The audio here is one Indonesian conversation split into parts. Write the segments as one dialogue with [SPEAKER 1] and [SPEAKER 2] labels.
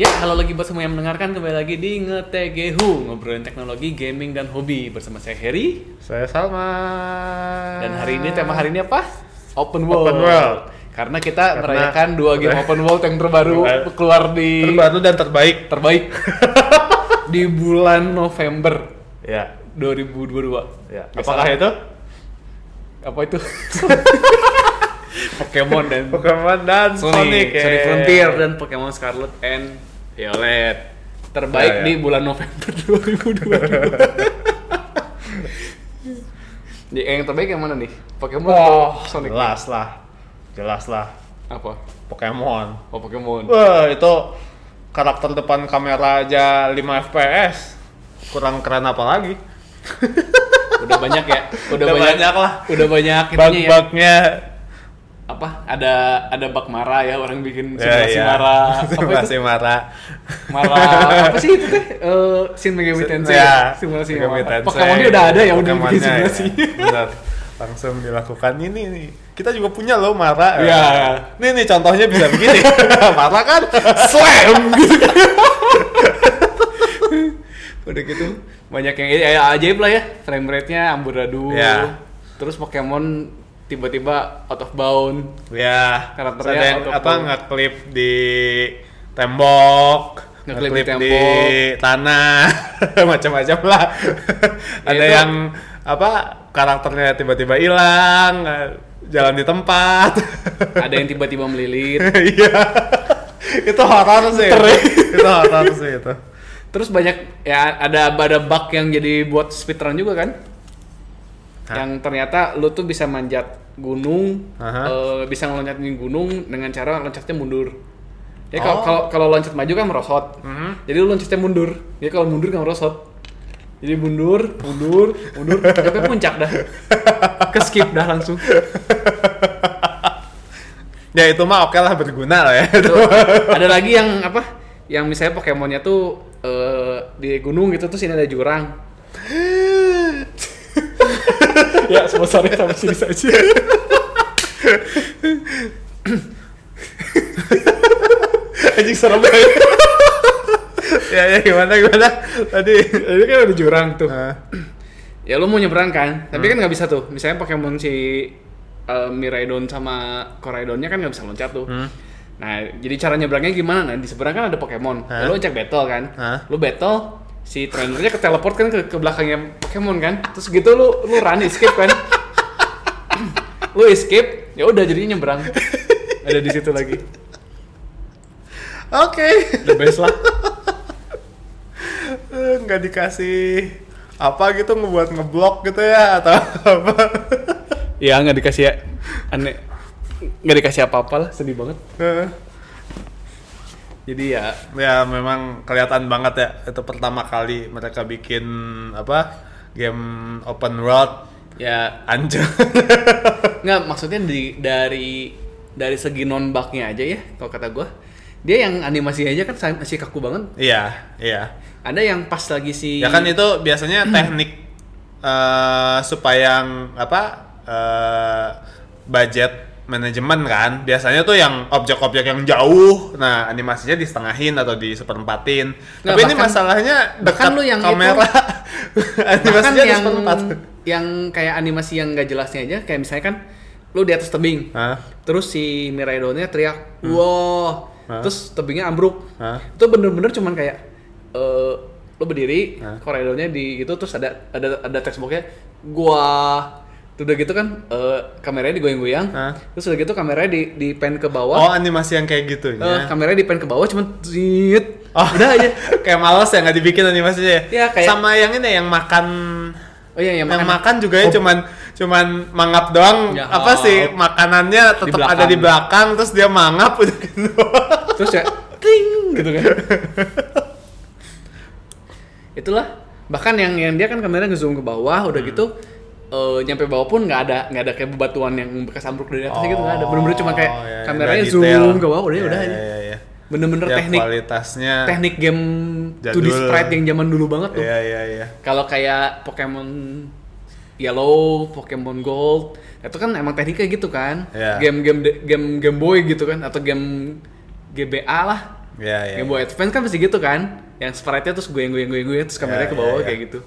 [SPEAKER 1] Ya, Halo lagi buat semua yang mendengarkan kembali lagi di Ngetegehu ngobrolin teknologi, gaming dan hobi bersama saya Heri
[SPEAKER 2] Saya Salma.
[SPEAKER 1] dan hari ini tema hari ini apa? Open World.
[SPEAKER 2] Open world.
[SPEAKER 1] Karena kita
[SPEAKER 2] Karena-
[SPEAKER 1] merayakan dua game Open World yang terbaru
[SPEAKER 2] Terbaru.
[SPEAKER 1] keluar di
[SPEAKER 2] terbaru dan terbaik.
[SPEAKER 1] terbaik di bulan November
[SPEAKER 2] Ya,
[SPEAKER 1] 2022.
[SPEAKER 2] ya.
[SPEAKER 1] Nggak
[SPEAKER 2] Apakah
[SPEAKER 1] salah.
[SPEAKER 2] itu?
[SPEAKER 1] apa itu? Pokemon dan
[SPEAKER 2] Pokemon dan
[SPEAKER 1] Sonic,
[SPEAKER 2] Sonic. ya.
[SPEAKER 1] Sonic Frontier dan Pokemon Scarlet and Violet terbaik
[SPEAKER 2] Ya, ya.
[SPEAKER 1] di bulan November 2022. Di- yang terbaik yang mana nih? Pokemon atau
[SPEAKER 2] Oh,
[SPEAKER 1] Sonic?
[SPEAKER 2] jelas lah. Jelas lah.
[SPEAKER 1] Apa?
[SPEAKER 2] Pokemon.
[SPEAKER 1] Oh Pokemon.
[SPEAKER 2] Wah, itu karakter depan kamera aja 5 FPS. Kurang keren apa lagi?
[SPEAKER 1] Udah banyak ya. Udah,
[SPEAKER 2] Udah
[SPEAKER 1] banyak,
[SPEAKER 2] banyak lah.
[SPEAKER 1] Udah banyak itunya ya.
[SPEAKER 2] Bug-bugnya
[SPEAKER 1] Apa? Ada ada bug marah ya orang bikin
[SPEAKER 2] Ya,
[SPEAKER 1] simulasi
[SPEAKER 2] ya.
[SPEAKER 1] marah. Apa itu?
[SPEAKER 2] Simulasi marah.
[SPEAKER 1] Marah apa sih itu teh? Eh, Shin Megami Tensei.
[SPEAKER 2] Ya,
[SPEAKER 1] simulasi
[SPEAKER 2] Megami
[SPEAKER 1] marah.
[SPEAKER 2] Tensei.
[SPEAKER 1] Pokemonnya udah ada ya udah bikin
[SPEAKER 2] Pokemonnya ya,
[SPEAKER 1] simulasi.
[SPEAKER 2] benar. Langsung dilakukan ini nih. Kita juga punya loh Mara.
[SPEAKER 1] Iya.
[SPEAKER 2] Nih nih contohnya bisa begini. Mara kan
[SPEAKER 1] slam udah gitu banyak yang ya, ya, ajaib lah ya frame rate-nya amburadul
[SPEAKER 2] Ya.
[SPEAKER 1] terus Pokemon tiba-tiba out of bound
[SPEAKER 2] ya
[SPEAKER 1] Karakternya
[SPEAKER 2] ada yang
[SPEAKER 1] auto
[SPEAKER 2] apa
[SPEAKER 1] pull.
[SPEAKER 2] ngeklip di tembok
[SPEAKER 1] Ngeklip di
[SPEAKER 2] ngeklip di,
[SPEAKER 1] tembok.
[SPEAKER 2] tanah macam-macam lah
[SPEAKER 1] Ya,
[SPEAKER 2] ada
[SPEAKER 1] itu-
[SPEAKER 2] yang apa karakternya tiba-tiba hilang eh, jalan di tempat
[SPEAKER 1] ada yang tiba-tiba melilit
[SPEAKER 2] iya itu horor sih
[SPEAKER 1] Ter-
[SPEAKER 2] itu horor sih itu
[SPEAKER 1] terus banyak ya ada ada bug yang jadi buat speedrun juga kan
[SPEAKER 2] Hah?
[SPEAKER 1] yang ternyata lu tuh bisa manjat gunung
[SPEAKER 2] Aha.
[SPEAKER 1] eh, bisa ngeloncatin gunung dengan cara loncatnya mundur ya kalau
[SPEAKER 2] Oh.
[SPEAKER 1] kalau kalau loncat maju kan merosot
[SPEAKER 2] Mhm.
[SPEAKER 1] jadi lu loncatnya mundur ya kalau mundur nggak merosot jadi mundur mundur mundur sampai puncak dah ke skip gitu. dah langsung
[SPEAKER 2] ya itu mah oke lah berguna lah ya itu
[SPEAKER 1] Tuh, ada lagi yang apa yang misalnya Pokemonnya tuh eh, di gunung gitu terus ini ada jurang ya sponsornya sampai sini saja
[SPEAKER 2] anjing serem banget ya ya gimana gimana tadi
[SPEAKER 1] Ini kan ada jurang tuh.
[SPEAKER 2] Nah.
[SPEAKER 1] Ya lu mau nyebrang kan, tapi kan nggak bisa tuh. Misalnya Pokemon si eh, Miraidon sama Koraidonnya kan nggak bisa loncat tuh.
[SPEAKER 2] Hmm.
[SPEAKER 1] Nah, jadi cara nyebrangnya gimana? Nah, di seberang kan ada Pokemon.
[SPEAKER 2] Hah?
[SPEAKER 1] Lalu ajak battle kan.
[SPEAKER 2] Hah?
[SPEAKER 1] Lu battle, si trainernya ke teleport kan ke, ke belakangnya Pokemon kan. Terus gitu lu lu run escape kan. lu escape, ya udah jadinya nyebrang. ada di situ lagi.
[SPEAKER 2] oke
[SPEAKER 1] The best lah.
[SPEAKER 2] Eh, nggak dikasih apa gitu ngebuat ngeblok gitu ya atau apa
[SPEAKER 1] ya nggak dikasih ya. aneh. Nggak dikasih apa-apa lah, sedih banget.
[SPEAKER 2] Eh,
[SPEAKER 1] Jadi ya
[SPEAKER 2] ya memang kelihatan banget ya itu pertama kali mereka bikin apa game open world
[SPEAKER 1] ya
[SPEAKER 2] anjir
[SPEAKER 1] nggak maksudnya di- dari dari segi non bugnya aja ya kalau kata gua dia yang animasi aja kan sa- masih kaku banget
[SPEAKER 2] iya iya
[SPEAKER 1] ada yang pas lagi si
[SPEAKER 2] ya kan itu biasanya
[SPEAKER 1] Hmm.
[SPEAKER 2] teknik eh, supaya ng- apa eh, budget manajemen kan biasanya tuh yang objek-objek yang jauh nah animasinya disetengahin atau di seperempatin
[SPEAKER 1] Nggak,
[SPEAKER 2] tapi ini
[SPEAKER 1] bahkan-
[SPEAKER 2] masalahnya
[SPEAKER 1] bahkan
[SPEAKER 2] dekat
[SPEAKER 1] lu yang
[SPEAKER 2] kamera
[SPEAKER 1] bahkan
[SPEAKER 2] animasinya di
[SPEAKER 1] yang
[SPEAKER 2] seperempat
[SPEAKER 1] yang kayak animasi yang nggak jelasnya aja kayak misalnya kan lu di atas tebing
[SPEAKER 2] Hah?
[SPEAKER 1] terus si Miraidonnya teriak wow
[SPEAKER 2] Hmm. Hah?
[SPEAKER 1] terus tebingnya ambruk
[SPEAKER 2] Hah?
[SPEAKER 1] itu bener-bener cuman kayak eh lo berdiri
[SPEAKER 2] Hah?
[SPEAKER 1] koridornya di gitu terus ada ada ada textboxnya gua Terus udah gitu kan eh, kameranya digoyang-goyang
[SPEAKER 2] Hah?
[SPEAKER 1] terus udah gitu kameranya di di pan ke bawah
[SPEAKER 2] oh animasi yang
[SPEAKER 1] Eh,
[SPEAKER 2] kayak gitunya
[SPEAKER 1] kameranya di pan ke bawah cuman zit
[SPEAKER 2] Oh.
[SPEAKER 1] udah aja
[SPEAKER 2] kayak males ya nggak dibikin animasinya ya,
[SPEAKER 1] Ya, kayak-
[SPEAKER 2] sama yang ini yang makan
[SPEAKER 1] oh iya yang makan
[SPEAKER 2] yang makan juga ya cuman cuman mangap doang
[SPEAKER 1] Ya,
[SPEAKER 2] apa
[SPEAKER 1] oh.
[SPEAKER 2] sih makanannya tetap
[SPEAKER 1] belakang.
[SPEAKER 2] ada di belakang terus dia mangap udah gitu
[SPEAKER 1] terus ya ting gitu kan itulah bahkan yang yang dia kan kamera ngezoom ke bawah udah
[SPEAKER 2] Hmm.
[SPEAKER 1] gitu eh, nyampe bawah pun nggak ada nggak ada kayak bebatuan yang bekas ambruk dari atas gitu nggak ada bener-bener cuma kayak
[SPEAKER 2] Oh, ya, ya,
[SPEAKER 1] kameranya
[SPEAKER 2] udah detail.
[SPEAKER 1] zoom ke bawah udah
[SPEAKER 2] Ya,
[SPEAKER 1] udah
[SPEAKER 2] ya,
[SPEAKER 1] aja
[SPEAKER 2] ya, ya.
[SPEAKER 1] bener-bener
[SPEAKER 2] Ya,
[SPEAKER 1] teknik
[SPEAKER 2] kualitasnya
[SPEAKER 1] teknik game to 2D
[SPEAKER 2] Jadul.
[SPEAKER 1] sprite yang zaman dulu banget tuh
[SPEAKER 2] iya iya iya
[SPEAKER 1] kalau kayak Pokemon Yellow, Pokemon Gold, itu kan emang tekniknya gitu kan.
[SPEAKER 2] Iya.
[SPEAKER 1] Game-game de- game Game Boy gitu kan atau game GBA lah.
[SPEAKER 2] Iya, iya.
[SPEAKER 1] Game Boy Advance kan pasti gitu kan? Yang sprite-nya terus gue yang gue yang gue terus kameranya
[SPEAKER 2] Ya,
[SPEAKER 1] ke bawah
[SPEAKER 2] ya, ya.
[SPEAKER 1] kayak gitu.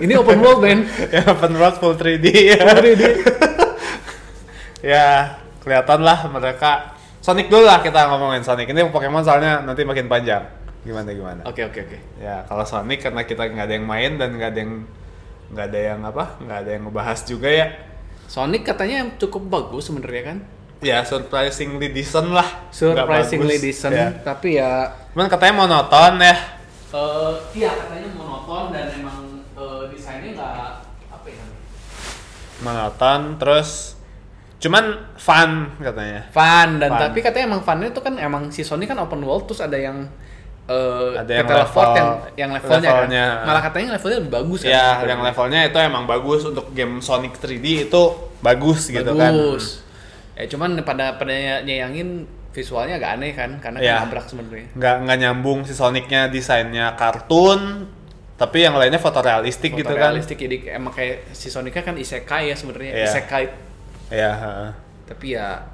[SPEAKER 1] Ini open world, men.
[SPEAKER 2] ya open world full 3D ya.
[SPEAKER 1] Sorry, dia-
[SPEAKER 2] ya kelihatan lah mereka Sonic dulu lah kita ngomongin Sonic ini Pokemon soalnya nanti makin panjang gimana gimana
[SPEAKER 1] Oke, oke, oke.
[SPEAKER 2] ya kalau Sonic karena kita nggak ada yang main dan nggak ada yang nggak ada yang apa nggak ada yang ngebahas juga ya
[SPEAKER 1] Sonic katanya cukup bagus sebenarnya kan?
[SPEAKER 2] ya surprisingly decent lah Nggak
[SPEAKER 1] Surprisingly
[SPEAKER 2] bagus,
[SPEAKER 1] decent,
[SPEAKER 2] ya.
[SPEAKER 1] tapi ya
[SPEAKER 2] cuman katanya monoton ya
[SPEAKER 1] Eh, iya katanya monoton dan emang eh, desainnya nggak apa ya namanya?
[SPEAKER 2] monoton terus cuman fun katanya
[SPEAKER 1] fun dan
[SPEAKER 2] Fun.
[SPEAKER 1] tapi katanya emang funnya itu kan emang si Sony kan open world terus ada yang eh
[SPEAKER 2] Ada yang
[SPEAKER 1] teleport
[SPEAKER 2] level-
[SPEAKER 1] yang yang levelnya, kan.
[SPEAKER 2] levelnya.
[SPEAKER 1] malah katanya levelnya lebih bagus kan
[SPEAKER 2] ya yang levelnya itu emang bagus untuk game Sonic 3D itu bagus, gitu kan
[SPEAKER 1] bagus ya cuman pada pada nyayangin visualnya agak aneh kan karena
[SPEAKER 2] Iya.
[SPEAKER 1] kan nabrak sebenarnya
[SPEAKER 2] nggak nggak nyambung si Sonicnya desainnya kartun tapi yang lainnya fotorealistik gitu kan
[SPEAKER 1] realistik jadi kayak- emang kayak si Sonicnya kan isekai ya sebenarnya
[SPEAKER 2] Iya.
[SPEAKER 1] isekai
[SPEAKER 2] ya heeh.
[SPEAKER 1] tapi ya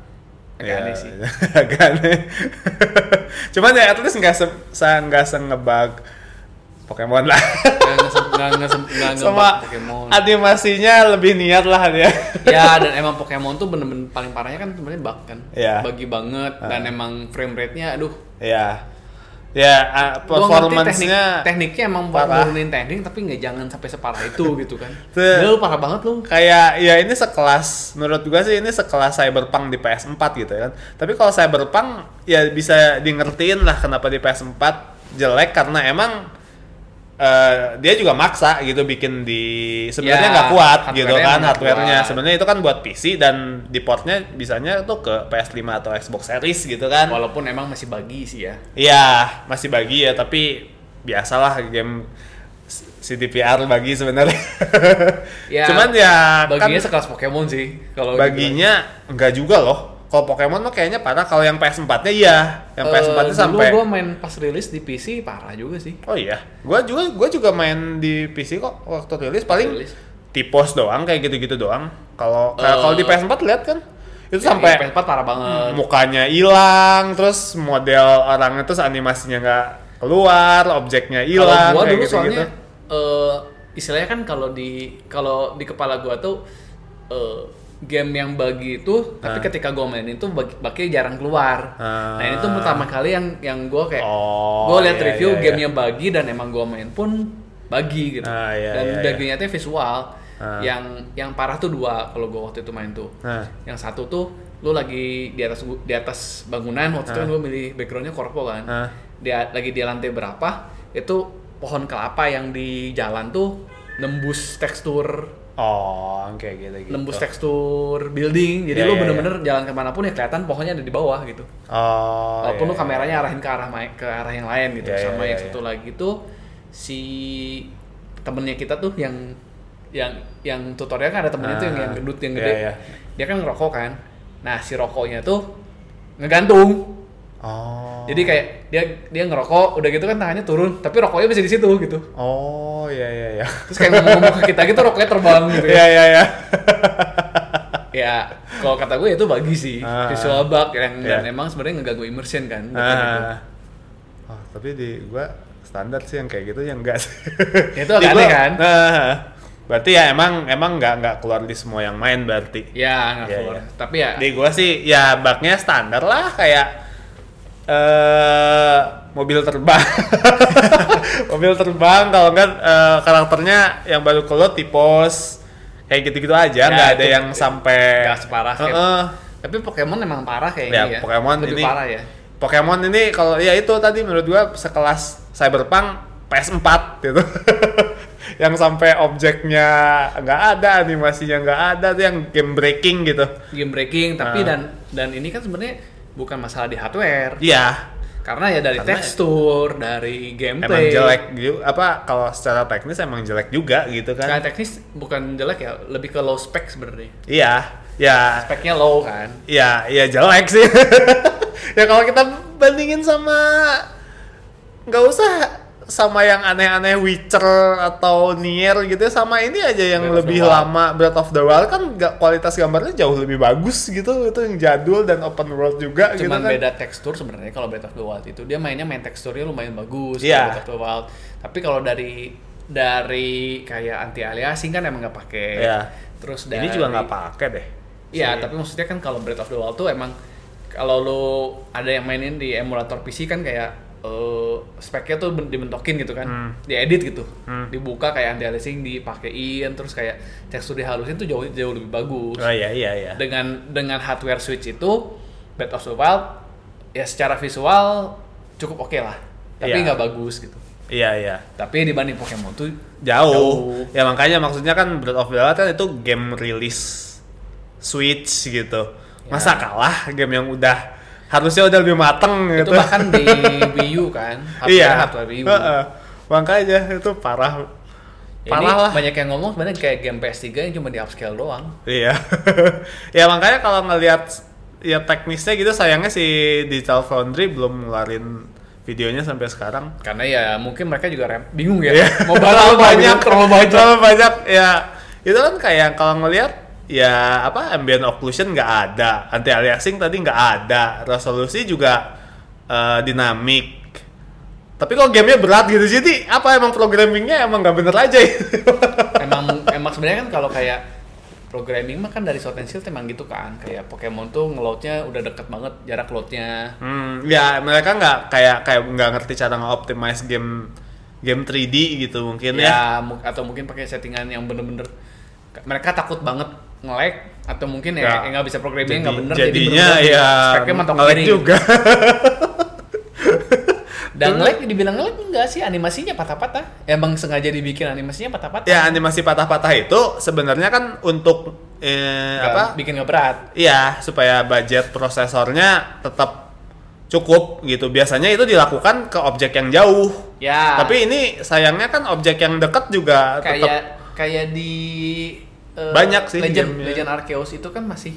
[SPEAKER 1] agak
[SPEAKER 2] Ya,
[SPEAKER 1] aneh sih
[SPEAKER 2] agak aneh cuman ya at least nggak se se- nggak sengebag Pokemon lah
[SPEAKER 1] nggak ngesem- nggak ngesem- nggak
[SPEAKER 2] sama
[SPEAKER 1] ngebug Pokemon.
[SPEAKER 2] animasinya lebih niat lah dia
[SPEAKER 1] ya dan emang Pokemon tuh bener-bener paling parahnya kan sebenarnya bug kan
[SPEAKER 2] Iya.
[SPEAKER 1] bagi banget dan emang frame rate-nya aduh
[SPEAKER 2] ya ya ah,
[SPEAKER 1] Gua ngerti
[SPEAKER 2] performance-nya
[SPEAKER 1] teknik, tekniknya emang buat
[SPEAKER 2] parah.
[SPEAKER 1] nurunin teknik tapi nggak jangan sampai separah itu gitu kan
[SPEAKER 2] Tuh.
[SPEAKER 1] Gila, lu parah banget lu
[SPEAKER 2] kayak ya ini sekelas menurut gua sih ini sekelas Cyberpunk di PS4 gitu kan. Tapi kalau Cyberpunk ya bisa di ngertiin lah kenapa di PS4 jelek karena emang eh, dia juga maksa gitu bikin di sebenarnya
[SPEAKER 1] Ya,
[SPEAKER 2] nggak kuat
[SPEAKER 1] hardware-nya
[SPEAKER 2] gitu kan
[SPEAKER 1] nggak
[SPEAKER 2] hardware-nya.
[SPEAKER 1] kuat.
[SPEAKER 2] Sebenarnya itu kan buat PC dan di portnya bisanya tuh ke PS5 atau Xbox Series gitu kan.
[SPEAKER 1] walaupun emang masih bagi sih ya
[SPEAKER 2] Iya, masih bagi ya, tapi biasalah game C- CDPR bagi sebenarnya.
[SPEAKER 1] Ya,
[SPEAKER 2] Cuman ya kan
[SPEAKER 1] baginya sekelas Pokemon sih kalau gitu.
[SPEAKER 2] baginya enggak juga loh. Kalau Pokemon mah kayaknya parah kalau yang PS4-nya iya. Yang PS4-nya sampai
[SPEAKER 1] Eh, dulu gua main pas rilis di PC parah juga sih
[SPEAKER 2] Oh iya. Gua juga gua juga main di PC kok waktu rilis paling
[SPEAKER 1] Rilis.
[SPEAKER 2] tipos doang kayak gitu-gitu doang. Kalau kayak
[SPEAKER 1] Eh.
[SPEAKER 2] kalau di PS4 lihat kan itu
[SPEAKER 1] Ya,
[SPEAKER 2] sampai Hmm.
[SPEAKER 1] ya, PS4 parah banget
[SPEAKER 2] Eh, mukanya hilang, terus model orangnya terus animasinya nggak keluar, objeknya
[SPEAKER 1] Kalau
[SPEAKER 2] hilang,
[SPEAKER 1] gua
[SPEAKER 2] kayak
[SPEAKER 1] dulu
[SPEAKER 2] gitu-gitu.
[SPEAKER 1] soalnya eh, istilahnya kan kalau di kalau di kepala gua tuh eh, game yang bagi itu tapi
[SPEAKER 2] Ah.
[SPEAKER 1] ketika gua mainin tuh bagi bagi jarang keluar.
[SPEAKER 2] Ah.
[SPEAKER 1] Nah, ini tuh pertama kali yang yang gua kayak
[SPEAKER 2] Oh,
[SPEAKER 1] gua lihat
[SPEAKER 2] iya,
[SPEAKER 1] review
[SPEAKER 2] iya, iya.
[SPEAKER 1] gamenya bagi dan emang gua main pun bagi gitu.
[SPEAKER 2] Ah, iya,
[SPEAKER 1] dan
[SPEAKER 2] iya, iya.
[SPEAKER 1] baginya tuh visual.
[SPEAKER 2] Ah.
[SPEAKER 1] Yang yang parah tuh dua kalau gua waktu itu main tuh.
[SPEAKER 2] Ah.
[SPEAKER 1] Yang satu tuh lu lagi di atas di atas bangunan waktu itu
[SPEAKER 2] Ah.
[SPEAKER 1] kan gua milih backgroundnya korpo kan
[SPEAKER 2] Hah?
[SPEAKER 1] dia lagi di lantai berapa itu pohon kelapa yang di jalan tuh nembus tekstur
[SPEAKER 2] Oh, kayak gitu gitu.
[SPEAKER 1] nembus tekstur building jadi
[SPEAKER 2] Ya,
[SPEAKER 1] lu
[SPEAKER 2] ya,
[SPEAKER 1] bener-bener jalan kemanapun ya kelihatan pohonnya ada di bawah gitu
[SPEAKER 2] Oh.
[SPEAKER 1] walaupun
[SPEAKER 2] iya,
[SPEAKER 1] lu kameranya arahin ke arah mai- ke arah yang lain gitu
[SPEAKER 2] Ya, ya,
[SPEAKER 1] sama
[SPEAKER 2] ya,
[SPEAKER 1] yang
[SPEAKER 2] ya.
[SPEAKER 1] satu lagi tuh si temennya kita tuh yang yang yang tutorial kan ada temennya tuh yang,
[SPEAKER 2] Ah,
[SPEAKER 1] yang gendut yang
[SPEAKER 2] ya,
[SPEAKER 1] gede
[SPEAKER 2] ya.
[SPEAKER 1] dia kan ngerokok kan nah si rokoknya tuh ngegantung
[SPEAKER 2] Oh.
[SPEAKER 1] Jadi kayak dia dia ngerokok, udah gitu kan tangannya turun, tapi rokoknya masih di situ gitu.
[SPEAKER 2] Oh, iya iya iya.
[SPEAKER 1] Terus kayak ngomong-ngomong ke kita gitu rokoknya terbang gitu ya.
[SPEAKER 2] Iya iya iya.
[SPEAKER 1] ya, kalau kata gue itu bagi sih
[SPEAKER 2] Ah.
[SPEAKER 1] visual bug yang dan
[SPEAKER 2] Iya.
[SPEAKER 1] emang sebenarnya ngeganggu immersion kan.
[SPEAKER 2] Ah. Oh, tapi di gua standar sih yang kayak gitu yang enggak sih.
[SPEAKER 1] Itu agak
[SPEAKER 2] Di gua-
[SPEAKER 1] aneh kan?
[SPEAKER 2] Ah. berarti ya emang emang nggak nggak keluar di semua yang main berarti.
[SPEAKER 1] Ya, nggak
[SPEAKER 2] Iya,
[SPEAKER 1] keluar.
[SPEAKER 2] iya.
[SPEAKER 1] Tapi ya
[SPEAKER 2] Di gua sih ya bugnya standar lah kayak eh mobil terbang. mobil terbang kalau enggak eh, karakternya yang baru keluar tipos kayak gitu-gitu aja,
[SPEAKER 1] Ya,
[SPEAKER 2] nggak ada
[SPEAKER 1] itu-
[SPEAKER 2] yang sampai
[SPEAKER 1] nggak separah kayak-
[SPEAKER 2] Heeh.
[SPEAKER 1] tapi Pokemon emang parah kayak
[SPEAKER 2] Ya,
[SPEAKER 1] ini ya.
[SPEAKER 2] Pokemon
[SPEAKER 1] Lebih
[SPEAKER 2] ini-
[SPEAKER 1] parah ya.
[SPEAKER 2] Pokemon ini kalau ya itu tadi menurut gua sekelas Cyberpunk PS4 gitu. yang sampai objeknya nggak ada, animasinya nggak ada, tuh yang game breaking gitu.
[SPEAKER 1] Game breaking tapi
[SPEAKER 2] Ah.
[SPEAKER 1] dan dan ini kan sebenarnya bukan masalah di hardware.
[SPEAKER 2] Iya,
[SPEAKER 1] Karena ya dari
[SPEAKER 2] Karena-
[SPEAKER 1] tekstur, dari
[SPEAKER 2] emang
[SPEAKER 1] gameplay.
[SPEAKER 2] jelek ju- apa kalau secara teknis emang jelek juga gitu
[SPEAKER 1] Secara
[SPEAKER 2] kan.
[SPEAKER 1] teknis bukan jelek ya, lebih ke low spec sebenarnya.
[SPEAKER 2] Iya, ya
[SPEAKER 1] Speknya low kan.
[SPEAKER 2] ya ya jelek sih. ya kalau kita bandingin sama nggak usah sama yang aneh-aneh Witcher atau Nier gitu ya, sama ini aja yang
[SPEAKER 1] Breath of
[SPEAKER 2] lebih
[SPEAKER 1] the Wild.
[SPEAKER 2] lama Breath of the Wild kan nggak kualitas gambarnya jauh lebih bagus gitu itu yang jadul dan open world juga gitu
[SPEAKER 1] cuman
[SPEAKER 2] kan
[SPEAKER 1] beda tekstur sebenarnya kalau Breath of the Wild itu dia mainnya main teksturnya lumayan bagus
[SPEAKER 2] Iya.
[SPEAKER 1] kalau Breath of the Wild tapi kalau dari dari kayak anti aliasing kan emang nggak pakai
[SPEAKER 2] Iya.
[SPEAKER 1] terus dari
[SPEAKER 2] ini juga nggak pakai deh
[SPEAKER 1] Iya,
[SPEAKER 2] Si-
[SPEAKER 1] tapi maksudnya kan kalau Breath of the Wild tuh emang kalau lu ada yang mainin di emulator PC kan kayak eh, speknya tuh ben- dibentokin gitu kan,
[SPEAKER 2] Hmm.
[SPEAKER 1] diedit gitu,
[SPEAKER 2] Hmm.
[SPEAKER 1] dibuka kayak anti aliasing dipakein, terus kayak tekstur dihalusin tuh jauh jauh lebih bagus.
[SPEAKER 2] oh iya iya iya
[SPEAKER 1] Dengan dengan hardware switch itu Breath of the Wild ya secara visual cukup oke lah, tapi
[SPEAKER 2] Iya.
[SPEAKER 1] nggak bagus gitu.
[SPEAKER 2] iya iya
[SPEAKER 1] Tapi dibanding Pokemon tuh
[SPEAKER 2] jauh.
[SPEAKER 1] Jauh.
[SPEAKER 2] ya makanya maksudnya kan Breath of the Wild kan itu game rilis Switch gitu
[SPEAKER 1] Ya.
[SPEAKER 2] masa kalah game yang udah harusnya udah lebih mateng
[SPEAKER 1] itu
[SPEAKER 2] gitu Iya.
[SPEAKER 1] bahkan di Wii U kan, hardware hardware Wii U.
[SPEAKER 2] Heeh. makanya itu parah
[SPEAKER 1] Ya,
[SPEAKER 2] parah
[SPEAKER 1] ini
[SPEAKER 2] lah
[SPEAKER 1] banyak yang ngomong sebenarnya kayak game PS3 yang cuma di upscale doang.
[SPEAKER 2] iya ya makanya kalau ngelihat ya teknisnya gitu sayangnya si Digital Foundry belum ngeluarin videonya sampai sekarang
[SPEAKER 1] Karena ya mungkin mereka juga rem- bingung ya.
[SPEAKER 2] Iya.
[SPEAKER 1] Mau balap banyak, terlalu banyak.
[SPEAKER 2] terlalu banyak ya itu kan kayak kalau ngelihat ya apa ambient occlusion nggak ada anti aliasing tadi nggak ada resolusi juga eh, dinamik tapi kok gamenya berat gitu jadi apa emang programmingnya emang nggak bener aja ya?
[SPEAKER 1] emang emang sebenarnya kan kalau kayak programming mah kan dari short and shield emang gitu kan. Kayak Pokemon tuh ngeloadnya udah deket banget jarak loadnya.
[SPEAKER 2] Hmm, ya mereka nggak kayak kayak nggak ngerti cara nge-optimize game game 3D gitu mungkin ya.
[SPEAKER 1] Ya, mu- atau mungkin pakai settingan yang bener-bener mereka takut banget nge-lag atau mungkin
[SPEAKER 2] Ya.
[SPEAKER 1] ya ya nggak bisa programming nggak
[SPEAKER 2] Jadi-
[SPEAKER 1] bener
[SPEAKER 2] jadinya
[SPEAKER 1] bener-bener
[SPEAKER 2] ya
[SPEAKER 1] speknya mentok
[SPEAKER 2] nge-lag
[SPEAKER 1] miring.
[SPEAKER 2] juga.
[SPEAKER 1] Dan nge-lag dibilang nge-lag enggak sih animasinya patah-patah. Emang sengaja dibikin animasinya patah-patah.
[SPEAKER 2] ya animasi patah-patah itu sebenarnya kan untuk eh,
[SPEAKER 1] Nggak-
[SPEAKER 2] apa?
[SPEAKER 1] bikin ngeberat.
[SPEAKER 2] Iya, supaya budget prosesornya tetap cukup gitu. Biasanya itu dilakukan ke objek yang jauh.
[SPEAKER 1] Ya.
[SPEAKER 2] Tapi ini sayangnya kan objek yang dekat juga ya,
[SPEAKER 1] kayak ya,
[SPEAKER 2] tetap
[SPEAKER 1] kayak di eh,
[SPEAKER 2] Banyak sih
[SPEAKER 1] Legend
[SPEAKER 2] gamenya.
[SPEAKER 1] Legend Arceus itu kan masih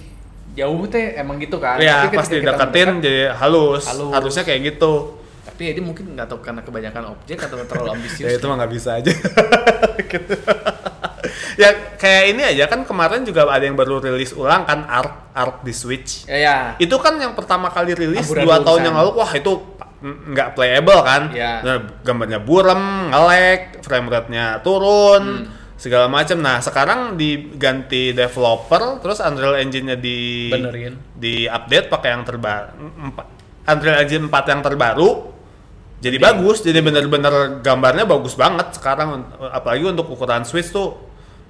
[SPEAKER 1] jauh teh emang gitu kan.
[SPEAKER 2] ya
[SPEAKER 1] Tapi ketika
[SPEAKER 2] pasti
[SPEAKER 1] kita
[SPEAKER 2] deketin
[SPEAKER 1] mendekat,
[SPEAKER 2] jadi halus.
[SPEAKER 1] Halus.
[SPEAKER 2] Harusnya kayak gitu.
[SPEAKER 1] tapi ya dia mungkin nggak tahu karena kebanyakan objek atau terlalu ambisius.
[SPEAKER 2] Ya itu mah nggak bisa aja. Gitu. ya kayak ini aja kan kemarin juga ada yang baru rilis ulang kan art art di Switch.
[SPEAKER 1] Ya, ya.
[SPEAKER 2] itu kan yang pertama kali rilis
[SPEAKER 1] Aburadul
[SPEAKER 2] dua tahun yang
[SPEAKER 1] San.
[SPEAKER 2] lalu wah itu pa- n- nggak playable kan
[SPEAKER 1] kan? Iya.
[SPEAKER 2] Nah, gambarnya buram ngelag frame rate-nya
[SPEAKER 1] Hmm.
[SPEAKER 2] turun segala macam nah sekarang diganti developer terus Unreal Engine-nya di
[SPEAKER 1] Benerin.
[SPEAKER 2] di update pakai yang terbaru Unreal Engine 4 yang terbaru jadi bagus jadi bener-bener gambarnya bagus banget sekarang un- apalagi untuk ukuran Switch tuh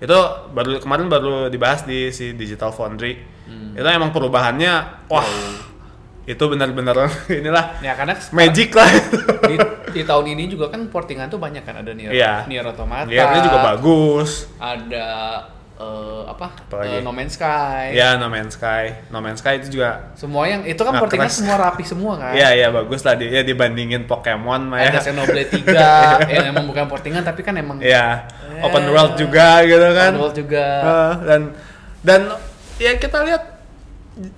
[SPEAKER 2] itu baru kemarin baru dibahas di si Digital Foundry
[SPEAKER 1] Hmm.
[SPEAKER 2] itu emang perubahannya wah itu bener-bener inilah
[SPEAKER 1] Ya karena sekarang
[SPEAKER 2] magic lah
[SPEAKER 1] di, di tahun ini juga kan portingan tuh banyak kan ada Nier,
[SPEAKER 2] Iya.
[SPEAKER 1] Nier Automata.
[SPEAKER 2] lihatnya juga bagus
[SPEAKER 1] Ada eh, apa? Eh,
[SPEAKER 2] Apalagi?
[SPEAKER 1] no Man's Sky.
[SPEAKER 2] ya No Man's Sky No Man's Sky itu juga
[SPEAKER 1] Semua yang itu kan
[SPEAKER 2] Nggak
[SPEAKER 1] portingan
[SPEAKER 2] keras.
[SPEAKER 1] semua rapi semua kan.
[SPEAKER 2] Nah, Iya iya bagus lah dia ya, dibandingin Pokemon mah
[SPEAKER 1] Ada
[SPEAKER 2] ya.
[SPEAKER 1] Xenoblade 3 yang emang bukan portingan tapi kan emang
[SPEAKER 2] Iya. Open
[SPEAKER 1] Eh,
[SPEAKER 2] world juga gitu kan.
[SPEAKER 1] open world juga.
[SPEAKER 2] Eh, dan dan ya kita lihat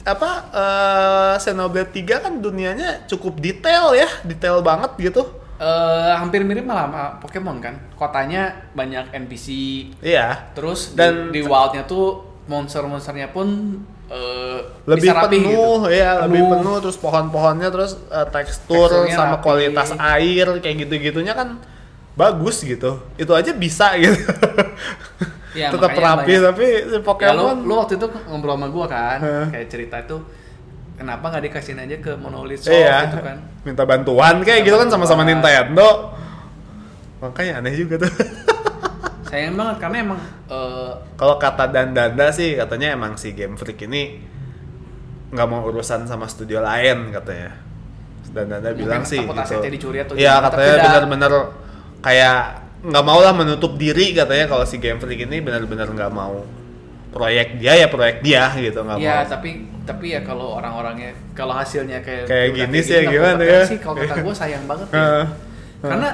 [SPEAKER 2] apa eh, Xenoblade 3 kan dunianya cukup detail ya, detail banget gitu.
[SPEAKER 1] eh hampir mirip malah sama Pokemon kan. Kotanya banyak NPC.
[SPEAKER 2] Iya.
[SPEAKER 1] Terus Dan
[SPEAKER 2] Dan-
[SPEAKER 1] di, di wildnya tuh monster-monsternya pun eh, bisa
[SPEAKER 2] Lebih
[SPEAKER 1] rapi
[SPEAKER 2] penuh
[SPEAKER 1] gitu.
[SPEAKER 2] ya, lebih penuh terus pohon-pohonnya terus eh, tekstur
[SPEAKER 1] Teksturnya
[SPEAKER 2] sama
[SPEAKER 1] rapi.
[SPEAKER 2] kualitas air kayak gitu-gitunya kan bagus gitu. Itu aja bisa gitu.
[SPEAKER 1] Ya,
[SPEAKER 2] Tetap
[SPEAKER 1] makanya
[SPEAKER 2] rapi
[SPEAKER 1] banyak-
[SPEAKER 2] tapi si
[SPEAKER 1] Ya,
[SPEAKER 2] Pokemon
[SPEAKER 1] lu, lu waktu itu ngobrol sama gua kan,
[SPEAKER 2] Heeh.
[SPEAKER 1] kayak cerita itu kenapa nggak dikasihin aja ke Monolith Soft
[SPEAKER 2] Iya,
[SPEAKER 1] gitu kan.
[SPEAKER 2] minta bantuan kayak
[SPEAKER 1] Minta
[SPEAKER 2] gitu kan sama-sama
[SPEAKER 1] bantuan.
[SPEAKER 2] Nintendo. Makanya aneh juga tuh.
[SPEAKER 1] Sayang banget karena emang eh,
[SPEAKER 2] Kalau kata Dandanda sih katanya emang si Game Freak ini nggak mau urusan sama studio lain katanya. Dandanda
[SPEAKER 1] Mungkin
[SPEAKER 2] bilang sih
[SPEAKER 1] takut asetnya dicuri atau
[SPEAKER 2] Iya,
[SPEAKER 1] gimana,
[SPEAKER 2] katanya
[SPEAKER 1] tapi dah-
[SPEAKER 2] benar-benar kayak nggak mau lah menutup diri katanya kalau si Game Freak ini benar-benar nggak mau proyek dia ya proyek dia gitu nggak
[SPEAKER 1] ya
[SPEAKER 2] mau.
[SPEAKER 1] tapi tapi ya kalau orang-orangnya kalau hasilnya kayak
[SPEAKER 2] Kayak
[SPEAKER 1] udah
[SPEAKER 2] gini sih ya
[SPEAKER 1] nggak
[SPEAKER 2] gimana
[SPEAKER 1] kompeten
[SPEAKER 2] ya?
[SPEAKER 1] sih kalau kata gue sayang banget ya.
[SPEAKER 2] Heeh.
[SPEAKER 1] karena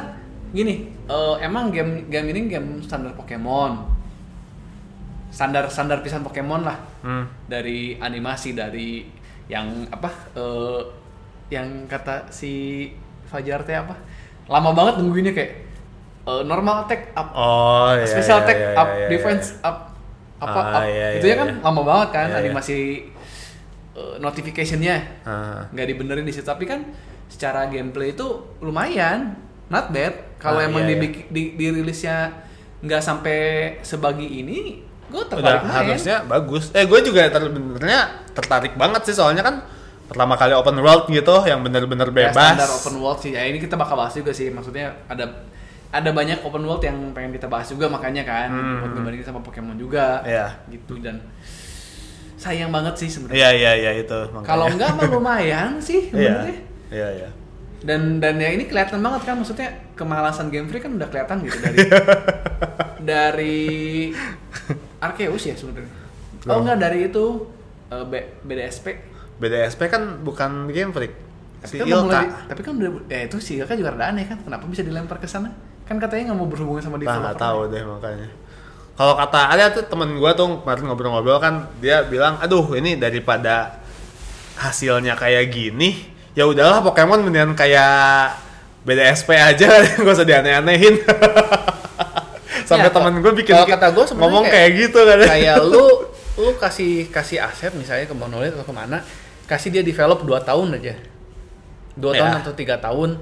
[SPEAKER 1] gini eh, emang game game ini game standar Pokemon standar standar pisan Pokemon lah
[SPEAKER 2] Hmm.
[SPEAKER 1] dari animasi dari yang apa eh, yang kata si Fajar teh apa
[SPEAKER 3] lama banget nungguinnya kayak eh, normal attack up
[SPEAKER 2] Oh iya.
[SPEAKER 3] special
[SPEAKER 2] iya,
[SPEAKER 3] attack
[SPEAKER 2] iya,
[SPEAKER 3] up
[SPEAKER 2] iya, iya.
[SPEAKER 3] defense up apa
[SPEAKER 2] Ah,
[SPEAKER 3] up
[SPEAKER 2] iya, iya,
[SPEAKER 3] itu ya kan
[SPEAKER 2] iya.
[SPEAKER 3] lama banget kan
[SPEAKER 2] Iya, iya.
[SPEAKER 3] animasi eh, notificationnya
[SPEAKER 2] Ah.
[SPEAKER 3] nggak dibenerin di situ tapi kan secara gameplay itu lumayan not bad kalau
[SPEAKER 2] Ah,
[SPEAKER 3] emang
[SPEAKER 2] iya, iya.
[SPEAKER 3] dibik- di- dirilisnya nggak sampai sebagi ini gue
[SPEAKER 2] udah
[SPEAKER 3] tertarik main.
[SPEAKER 2] harusnya bagus. Eh gue juga sebenarnya tertarik banget sih soalnya kan pertama kali open world gitu yang bener-bener
[SPEAKER 3] Ya,
[SPEAKER 2] bebas.
[SPEAKER 3] standar open world sih. Ya, ini kita bakal bahas juga sih. Maksudnya ada ada banyak open world yang pengen kita bahas juga makanya kan
[SPEAKER 2] Hmm.
[SPEAKER 3] buat ngebandingin sama Pokemon juga.
[SPEAKER 2] Iya.
[SPEAKER 3] Gitu dan sayang banget sih sebenarnya.
[SPEAKER 2] Iya iya iya itu. makanya.
[SPEAKER 3] Kalau enggak mah lumayan sih
[SPEAKER 2] Iya.
[SPEAKER 3] sebenarnya.
[SPEAKER 2] Iya iya.
[SPEAKER 3] Dan dan ya ini kelihatan banget kan maksudnya kemalasan Game Freak kan udah kelihatan gitu dari dari Arceus ya sebenarnya. Oh
[SPEAKER 2] Belum.
[SPEAKER 3] enggak dari itu eh, B- BDSP
[SPEAKER 2] BDSP kan bukan game freak. Si
[SPEAKER 3] tapi kan udah mulai,
[SPEAKER 2] Ilka.
[SPEAKER 3] tapi kan udah, ya itu si Ilka juga rada aneh kan, kenapa bisa dilempar ke sana? Kan katanya nggak mau berhubungan sama
[SPEAKER 2] Nah,
[SPEAKER 3] developer.
[SPEAKER 2] nggak tahu deh makanya. Kalau kata ada tuh temen gue tuh kemarin ngobrol-ngobrol kan dia bilang, aduh ini daripada hasilnya kayak gini, ya udahlah Pokemon mendingan kayak BDSP aja, gak usah dianeh-anehin. Sampai
[SPEAKER 1] Ya,
[SPEAKER 2] temen gue bikin,
[SPEAKER 1] kalau kata gua sebenarnya
[SPEAKER 2] ngomong kayak,
[SPEAKER 1] kayak-
[SPEAKER 2] gitu kan.
[SPEAKER 1] kayak lu lu kasih kasih aset misalnya ke Monolith atau kemana kasih dia develop 2 tahun aja 2
[SPEAKER 2] Ya.
[SPEAKER 1] tahun atau tiga tahun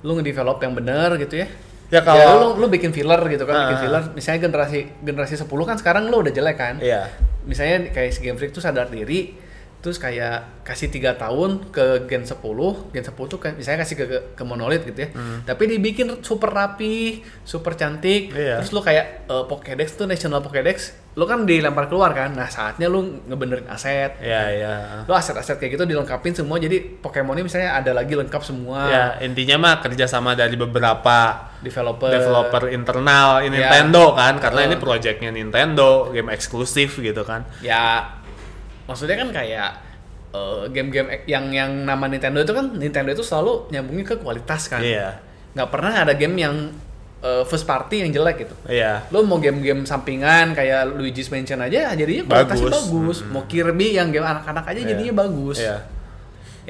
[SPEAKER 1] lu ngedevelop yang bener gitu ya
[SPEAKER 2] Ya, kalau-
[SPEAKER 1] lu, lu bikin filler gitu kan bikin
[SPEAKER 2] Ah.
[SPEAKER 1] filler misalnya generasi generasi 10 kan sekarang lu udah jelek kan
[SPEAKER 2] Iya.
[SPEAKER 1] misalnya kayak si Game Freak tuh sadar diri terus kayak kasih tiga tahun ke Gen 10 Gen 10 tuh kayak misalnya kasih ke, ke, ke Monolith gitu ya
[SPEAKER 2] Hmm.
[SPEAKER 1] tapi dibikin super rapi super cantik
[SPEAKER 2] Iya.
[SPEAKER 1] terus lu kayak eh, Pokédex tuh National Pokédex lu kan dilempar keluar kan nah saatnya lu ngebenerin aset
[SPEAKER 2] Iya, iya.
[SPEAKER 1] lu aset-aset kayak gitu dilengkapin semua jadi Pokemonnya misalnya ada lagi lengkap semua
[SPEAKER 2] Ya, intinya mah kerjasama dari beberapa
[SPEAKER 1] developer
[SPEAKER 2] developer internal
[SPEAKER 1] Ya.
[SPEAKER 2] Nintendo kan, karena
[SPEAKER 1] Eh.
[SPEAKER 2] ini projectnya Nintendo, game eksklusif gitu kan.
[SPEAKER 1] ya maksudnya kan kayak eh, game-game yang yang nama Nintendo itu kan Nintendo itu selalu nyambungnya ke kualitas kan
[SPEAKER 2] Iya,
[SPEAKER 1] nggak pernah ada game yang eh, first party yang jelek gitu
[SPEAKER 2] iya.
[SPEAKER 1] lo mau game-game sampingan kayak Luigi's Mansion aja jadinya kualitasnya
[SPEAKER 2] Bagus. Hmm.
[SPEAKER 1] bagus, mau Kirby yang game anak-anak aja
[SPEAKER 2] Iya.
[SPEAKER 1] jadinya bagus
[SPEAKER 2] Iya.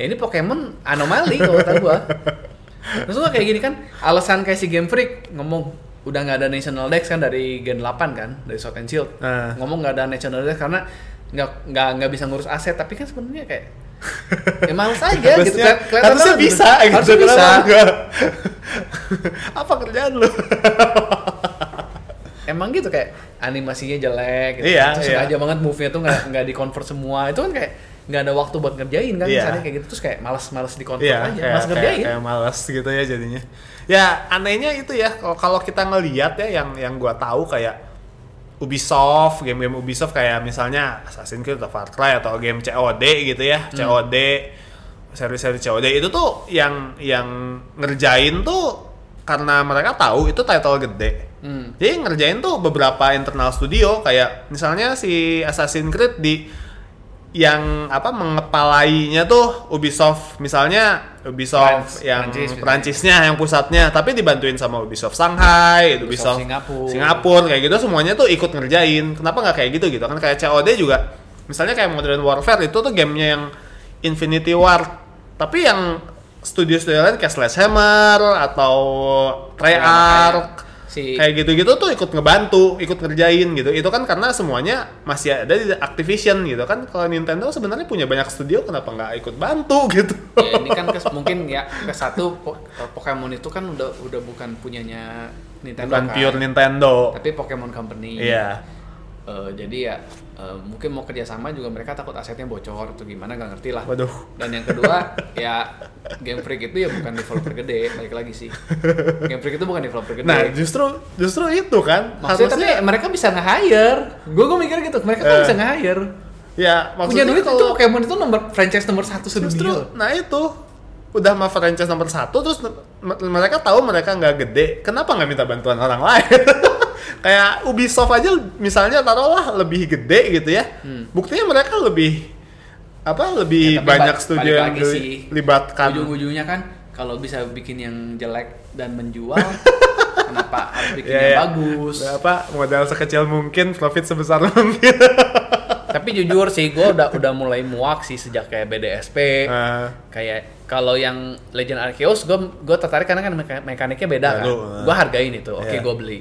[SPEAKER 1] ya ini Pokemon anomali kalau kata gua terus gua kayak gini kan alasan kayak si Game Freak ngomong udah nggak ada National Dex kan dari Gen 8 kan dari Sword and Shield
[SPEAKER 2] Ah.
[SPEAKER 1] ngomong nggak ada National Dex karena nggak nggak nggak bisa ngurus aset tapi kan sebenarnya kayak ya males aja gitu
[SPEAKER 2] Harusnya-
[SPEAKER 1] Keliat- kelihatan
[SPEAKER 2] harusnya
[SPEAKER 1] banget gitu.
[SPEAKER 2] bisa, gitu.
[SPEAKER 1] harusnya bisa
[SPEAKER 2] Kenapa enggak? Apa kerjaan lu?
[SPEAKER 1] emang gitu kayak animasinya jelek gitu.
[SPEAKER 2] Iya,
[SPEAKER 1] terus
[SPEAKER 2] iya.
[SPEAKER 1] sengaja banget move-nya tuh nggak nggak di convert semua itu kan kayak nggak ada waktu buat ngerjain kan
[SPEAKER 2] Iya.
[SPEAKER 1] misalnya kayak gitu terus kayak malas-malas di convert
[SPEAKER 2] Iya,
[SPEAKER 1] aja
[SPEAKER 2] kayak,
[SPEAKER 1] malas ngerjain
[SPEAKER 2] kayak, kayak malas gitu ya jadinya. Ya anehnya itu ya kalau- kalau kita ngelihat ya yang yang gua tahu kayak Ubisoft, game-game Ubisoft kayak misalnya Assassin's Creed atau Far Cry atau game COD gitu
[SPEAKER 1] Hmm.
[SPEAKER 2] ya, COD seri-seri COD itu tuh yang yang ngerjain tuh karena mereka tahu itu title gede.
[SPEAKER 1] Hmm.
[SPEAKER 2] Jadi ngerjain tuh beberapa internal studio kayak misalnya si Assassin's Creed di yang apa mengepalainya tuh Ubisoft misalnya
[SPEAKER 1] Prans-
[SPEAKER 2] Ubisoft yang
[SPEAKER 1] Prancis misalnya.
[SPEAKER 2] Prancisnya yang pusatnya tapi dibantuin sama Ubisoft Shanghai, Ubisoft,
[SPEAKER 1] Ubisoft Singapura.
[SPEAKER 2] Singapura kayak gitu semuanya tuh ikut ngerjain. Kenapa nggak kayak gitu gitu kan kayak COD juga misalnya kayak Modern Warfare itu tuh gamenya yang Infinity War tapi yang studio-studio lain kayak Sledgehammer atau
[SPEAKER 1] Iya,
[SPEAKER 2] Treyarch
[SPEAKER 1] si
[SPEAKER 2] kayak gitu-gitu tuh ikut ngebantu, ikut ngerjain gitu. Itu kan karena semuanya masih ada di Activision gitu kan. Kalau Nintendo sebenarnya punya banyak studio, kenapa nggak ikut bantu gitu?
[SPEAKER 1] ya ini kan kes- mungkin ya ke satu po- eh, Pokemon itu kan udah udah bukan punyanya Nintendo
[SPEAKER 2] Bukan
[SPEAKER 1] kan.
[SPEAKER 2] pure Nintendo.
[SPEAKER 1] tapi Pokemon Company
[SPEAKER 2] Iya,
[SPEAKER 1] Eh, jadi ya eh, mungkin mau kerjasama juga mereka takut asetnya bocor atau gimana nggak ngerti lah
[SPEAKER 2] Waduh.
[SPEAKER 1] dan yang kedua ya Game Freak itu ya bukan developer gede balik lagi sih Game Freak itu bukan developer gede
[SPEAKER 2] Nah justru justru itu kan
[SPEAKER 1] Maksudnya tapi
[SPEAKER 2] harusnya
[SPEAKER 1] mereka bisa nge-hire. Gue gue mikir gitu, mereka tuh
[SPEAKER 2] Eh,
[SPEAKER 1] bisa nge-hire.
[SPEAKER 2] ya
[SPEAKER 1] Punya
[SPEAKER 2] maksudnya
[SPEAKER 1] duit itu
[SPEAKER 2] kalau-
[SPEAKER 1] Pokemon itu nomor franchise nomor satu
[SPEAKER 2] justru
[SPEAKER 1] sedunia.
[SPEAKER 2] nah itu udah sama franchise nomor satu terus me- mereka tahu mereka nggak gede kenapa nggak minta bantuan orang lain kayak Ubisoft aja misalnya taruhlah lebih gede gitu ya buktinya mereka lebih apa
[SPEAKER 1] Hmm. Ya,
[SPEAKER 2] lebih
[SPEAKER 1] tapi
[SPEAKER 2] banyak
[SPEAKER 1] ba-
[SPEAKER 2] studio
[SPEAKER 1] balik
[SPEAKER 2] yang
[SPEAKER 1] lagi sih.
[SPEAKER 2] dilibatkan
[SPEAKER 1] Ujung-ujungnya kan kalau bisa bikin yang jelek dan menjual, kenapa harus bikin
[SPEAKER 2] Ya,
[SPEAKER 1] yang
[SPEAKER 2] ya.
[SPEAKER 1] bagus?
[SPEAKER 2] apa modal sekecil mungkin profit sebesar mungkin
[SPEAKER 1] Tapi jujur sih, gue udah udah mulai muak sih sejak kayak BDSP,
[SPEAKER 2] Nah,
[SPEAKER 1] kayak Kalau yang Legend Arceus gue gue tertarik karena kan meka- mekaniknya beda kan.
[SPEAKER 2] Baru, eh.
[SPEAKER 1] Gue hargain itu. Oke,
[SPEAKER 2] Iya.
[SPEAKER 1] gue beli.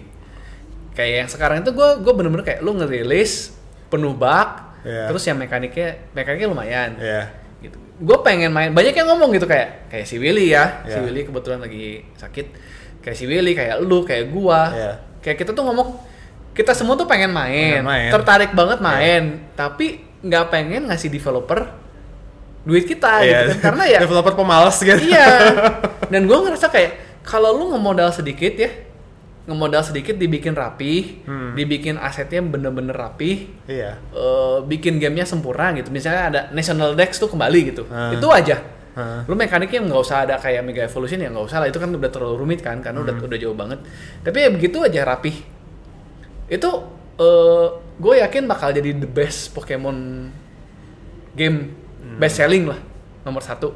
[SPEAKER 1] Kayak yang sekarang itu gue gue bener-bener kayak lu ngerilis penuh bug,
[SPEAKER 2] Iya.
[SPEAKER 1] terus yang mekaniknya mekaniknya lumayan.
[SPEAKER 2] Iya.
[SPEAKER 1] Gitu. Gue pengen main. Banyak yang ngomong gitu kayak kayak si Willy ya. Si
[SPEAKER 2] Iya.
[SPEAKER 1] Willy kebetulan lagi sakit. Kayak si Willy, kayak lu, kayak gua.
[SPEAKER 2] Iya.
[SPEAKER 1] Kayak kita tuh ngomong kita semua tuh pengen main,
[SPEAKER 2] Pengen main. Iya.
[SPEAKER 1] tertarik banget main, tapi nggak pengen ngasih developer duit kita
[SPEAKER 2] Iya.
[SPEAKER 1] gitu kan. Karena ya
[SPEAKER 2] developer pemalas gitu.
[SPEAKER 1] iya. Dan gue ngerasa kayak kalau lu ngemodal sedikit ya, ngemodal sedikit dibikin rapi,
[SPEAKER 2] Hmm.
[SPEAKER 1] dibikin asetnya bener-bener rapi,
[SPEAKER 2] Iya.
[SPEAKER 1] eh, bikin gamenya sempurna gitu. Misalnya ada National Dex tuh kembali gitu.
[SPEAKER 2] Hmm.
[SPEAKER 1] Itu aja.
[SPEAKER 2] Hmm.
[SPEAKER 1] Lu mekaniknya nggak usah ada kayak Mega Evolution ya nggak usah lah. Itu kan udah terlalu rumit kan, karena udah udah jauh banget. Tapi ya begitu aja rapih. Itu gue yakin bakal jadi the best Pokemon game best selling lah nomor satu.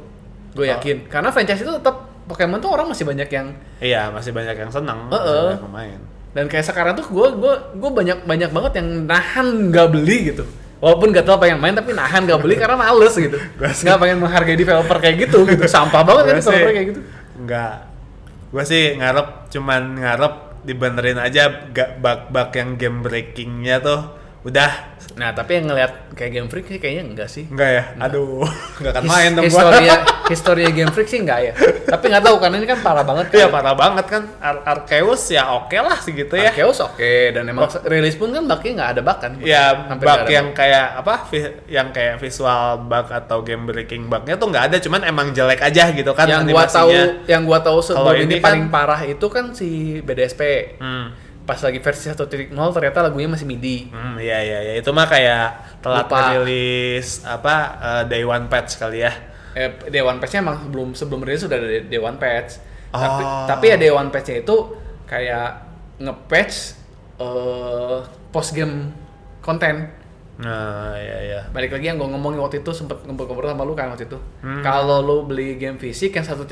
[SPEAKER 1] Gue yakin. Karena franchise itu tetap Pokemon tuh orang masih banyak yang
[SPEAKER 2] Iya, masih banyak yang senang, masih
[SPEAKER 1] Heeh.
[SPEAKER 2] banyak yang main.
[SPEAKER 1] dan kayak sekarang tuh gue gue gue banyak banyak banget yang nahan nggak beli gitu walaupun gak tau pengen main tapi nahan nggak beli karena males gitu nggak pengen menghargai developer kayak gitu gitu sampah banget kan
[SPEAKER 2] Gua sih
[SPEAKER 1] developer kayak gitu
[SPEAKER 2] Enggak. Gue sih ngarep cuman ngarep dibenerin aja gak bug-bug yang game breakingnya tuh udah
[SPEAKER 1] nah tapi yang ngelihat kayak game freak sih kayaknya enggak sih
[SPEAKER 2] enggak ya aduh enggak akan
[SPEAKER 1] His-
[SPEAKER 2] main dong gua
[SPEAKER 1] historia historia game freak sih enggak ya tapi nggak tahu karena ini kan parah banget kan
[SPEAKER 2] Iya parah banget kan Ar Arceus ya oke lah segitu ya
[SPEAKER 1] Arceus oke dan emang se- rilis pun kan baknya nggak ada bug kan
[SPEAKER 2] Ya
[SPEAKER 1] Hampir
[SPEAKER 2] bug
[SPEAKER 1] nggak ada
[SPEAKER 2] yang kayak apa vi- yang kayak visual bug atau game breaking bugnya tuh nggak ada cuman emang jelek aja gitu kan
[SPEAKER 1] yang gua tahu yang gua tahu sebelum
[SPEAKER 2] ini
[SPEAKER 1] ini,
[SPEAKER 2] kan-
[SPEAKER 1] paling parah itu kan si BDSP
[SPEAKER 2] Hmm.
[SPEAKER 1] pas lagi versi 1.0 ternyata lagunya masih MIDI.
[SPEAKER 2] Hmm, iya iya iya itu mah kayak telat
[SPEAKER 1] Lupa.
[SPEAKER 2] rilis apa eh, day one patch kali ya.
[SPEAKER 1] Eh, Dewan Patch-nya emang sebelum sebelum rilis sudah ada De- Dewan Patch. Tapi,
[SPEAKER 2] Oh.
[SPEAKER 1] tapi ya Dewan Patch-nya itu kayak nge-patch eh post game konten.
[SPEAKER 2] Nah, iya iya.
[SPEAKER 1] Balik lagi yang gue ngomongin waktu itu sempet ngobrol-ngobrol sama lu kan waktu itu.
[SPEAKER 2] Hmm.
[SPEAKER 1] Kalau lu beli game fisik yang 1.0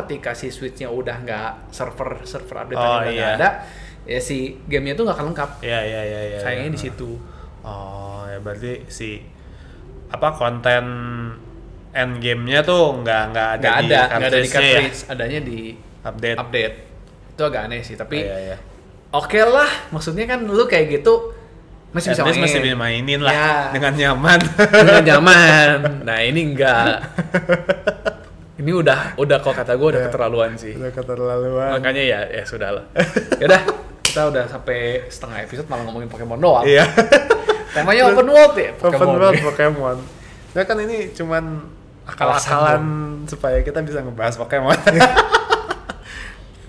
[SPEAKER 1] ketika si Switch-nya udah nggak server server update udah
[SPEAKER 2] Oh, iya.
[SPEAKER 1] nggak ada, ya si gamenya tuh nggak akan lengkap.
[SPEAKER 2] Iya iya iya iya.
[SPEAKER 1] Sayangnya
[SPEAKER 2] iya.
[SPEAKER 1] di situ.
[SPEAKER 2] Oh, ya berarti si apa konten end game-nya tuh nggak nggak ada
[SPEAKER 1] Nggak ada, nggak ada di
[SPEAKER 2] cartridge-nya ya?
[SPEAKER 1] cartridge, adanya di
[SPEAKER 2] Update.
[SPEAKER 1] update itu agak aneh sih tapi
[SPEAKER 2] Iya, iya.
[SPEAKER 1] oke lah maksudnya kan lu kayak gitu masih bisa
[SPEAKER 2] At least
[SPEAKER 1] main
[SPEAKER 2] masih bisa mainin lah
[SPEAKER 1] Ya.
[SPEAKER 2] dengan nyaman.
[SPEAKER 1] dengan zaman nah ini enggak ini udah udah kalau kata gue udah keterlaluan sih
[SPEAKER 2] Iya. Udah keterlaluan.
[SPEAKER 1] makanya ya ya sudahlah yaudah kita udah sampai setengah episode malah ngomongin Pokemon doang
[SPEAKER 2] Iya.
[SPEAKER 1] temanya open world ya
[SPEAKER 2] Open world Pokemon. Ya kan ini cuman akal-akalan supaya kita bisa ngebahas Pokemon.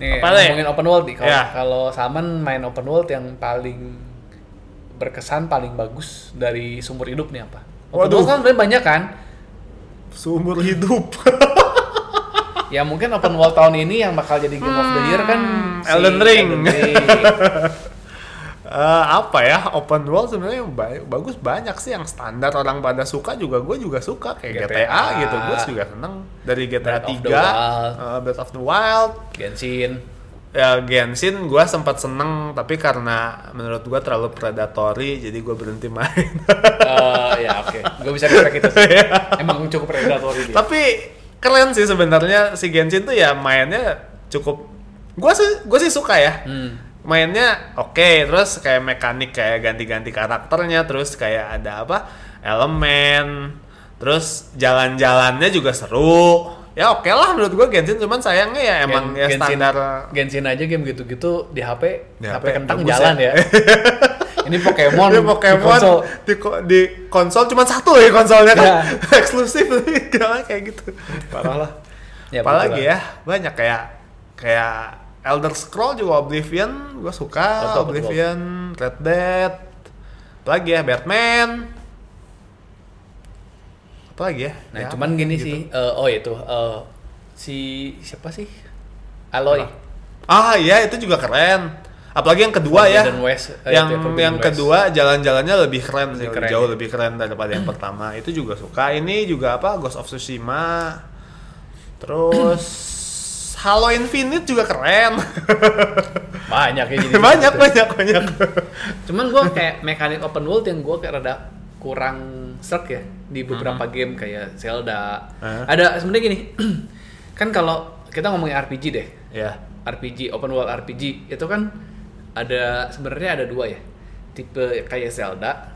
[SPEAKER 1] Nih,
[SPEAKER 2] Apa, Le?
[SPEAKER 1] ngomongin open world nih kalau
[SPEAKER 2] Iya.
[SPEAKER 1] kalau Salman main open world yang paling berkesan paling bagus dari sumur hidup nih apa open
[SPEAKER 2] Waduh.
[SPEAKER 1] world kan sebenarnya banyak kan
[SPEAKER 2] Seumur hidup.
[SPEAKER 1] ya mungkin open world tahun ini yang bakal jadi game of the year kan si
[SPEAKER 2] Elden Ring.
[SPEAKER 1] Ring.
[SPEAKER 2] Eh, apa ya open world sebenarnya yang ba- bagus banyak sih yang standar orang pada suka juga gue juga suka kayak GTA,
[SPEAKER 1] GTA,
[SPEAKER 2] gitu gue juga seneng dari GTA
[SPEAKER 1] Breath of
[SPEAKER 2] 3
[SPEAKER 1] the Wild.
[SPEAKER 2] eh, Breath of the Wild
[SPEAKER 1] Genshin.
[SPEAKER 2] ya Genshin gue sempat seneng tapi karena menurut gue terlalu predatory jadi gue berhenti main
[SPEAKER 1] Eh, ya oke, gue bisa respect itu sih.
[SPEAKER 2] Iya.
[SPEAKER 1] Emang cukup predatory dia.
[SPEAKER 2] tapi keren sih sebenarnya si Genshin tuh ya mainnya cukup gue sih gue sih suka ya
[SPEAKER 1] Hmm.
[SPEAKER 2] mainnya oke terus kayak mekanik kayak ganti-ganti karakternya terus kayak ada apa elemen terus jalan-jalannya juga seru ya oke lah menurut gua Genshin cuman sayangnya ya emang
[SPEAKER 1] Gen-
[SPEAKER 2] ya standar
[SPEAKER 1] Genshin aja game gitu-gitu di HP,
[SPEAKER 2] Di
[SPEAKER 1] HP,
[SPEAKER 2] HP
[SPEAKER 1] kentang
[SPEAKER 2] bagus
[SPEAKER 1] jalan ya.
[SPEAKER 2] ya.
[SPEAKER 1] Ini Pokemon,
[SPEAKER 2] Dia
[SPEAKER 1] di konsol.
[SPEAKER 2] Pokemon di, ko- di konsol cuman satu ya konsolnya kan
[SPEAKER 1] Ya.
[SPEAKER 2] eksklusif Gila, kayak gitu parah lah
[SPEAKER 1] Ya,
[SPEAKER 2] apalagi
[SPEAKER 1] betul
[SPEAKER 2] ya banyak kayak kayak Elder Scroll juga Oblivion gua suka
[SPEAKER 1] Betul, betul.
[SPEAKER 2] Oblivion Red Dead apalagi ya Batman apalagi ya
[SPEAKER 1] Nah,
[SPEAKER 2] Ya,
[SPEAKER 1] cuman
[SPEAKER 2] apa
[SPEAKER 1] gini
[SPEAKER 2] gitu.
[SPEAKER 1] sih. eh, oh itu eh, si siapa sih? Aloy.
[SPEAKER 2] ah iya itu juga keren apalagi yang kedua ya
[SPEAKER 1] Forbidden West, eh,
[SPEAKER 2] yang
[SPEAKER 1] itu ya, Forbidden
[SPEAKER 2] yang
[SPEAKER 1] West.
[SPEAKER 2] kedua jalan-jalannya lebih keren
[SPEAKER 1] Lebih
[SPEAKER 2] sih lebih
[SPEAKER 1] keren,
[SPEAKER 2] jauh
[SPEAKER 1] ya.
[SPEAKER 2] lebih keren daripada yang pertama itu juga suka ini juga apa Ghost of Tsushima terus Halo Infinite juga keren
[SPEAKER 1] Banyak ya jadi.
[SPEAKER 2] banyak banyak banyak
[SPEAKER 1] Cuman gua kayak mekanik open world yang gua kayak rada kurang serk ya di beberapa game kayak Zelda.
[SPEAKER 2] Heeh.
[SPEAKER 1] Ada sebenarnya gini, kan kalau kita ngomongin RPG deh,
[SPEAKER 2] Ya.
[SPEAKER 1] RPG open world RPG itu kan ada sebenarnya ada dua ya tipe kayak Zelda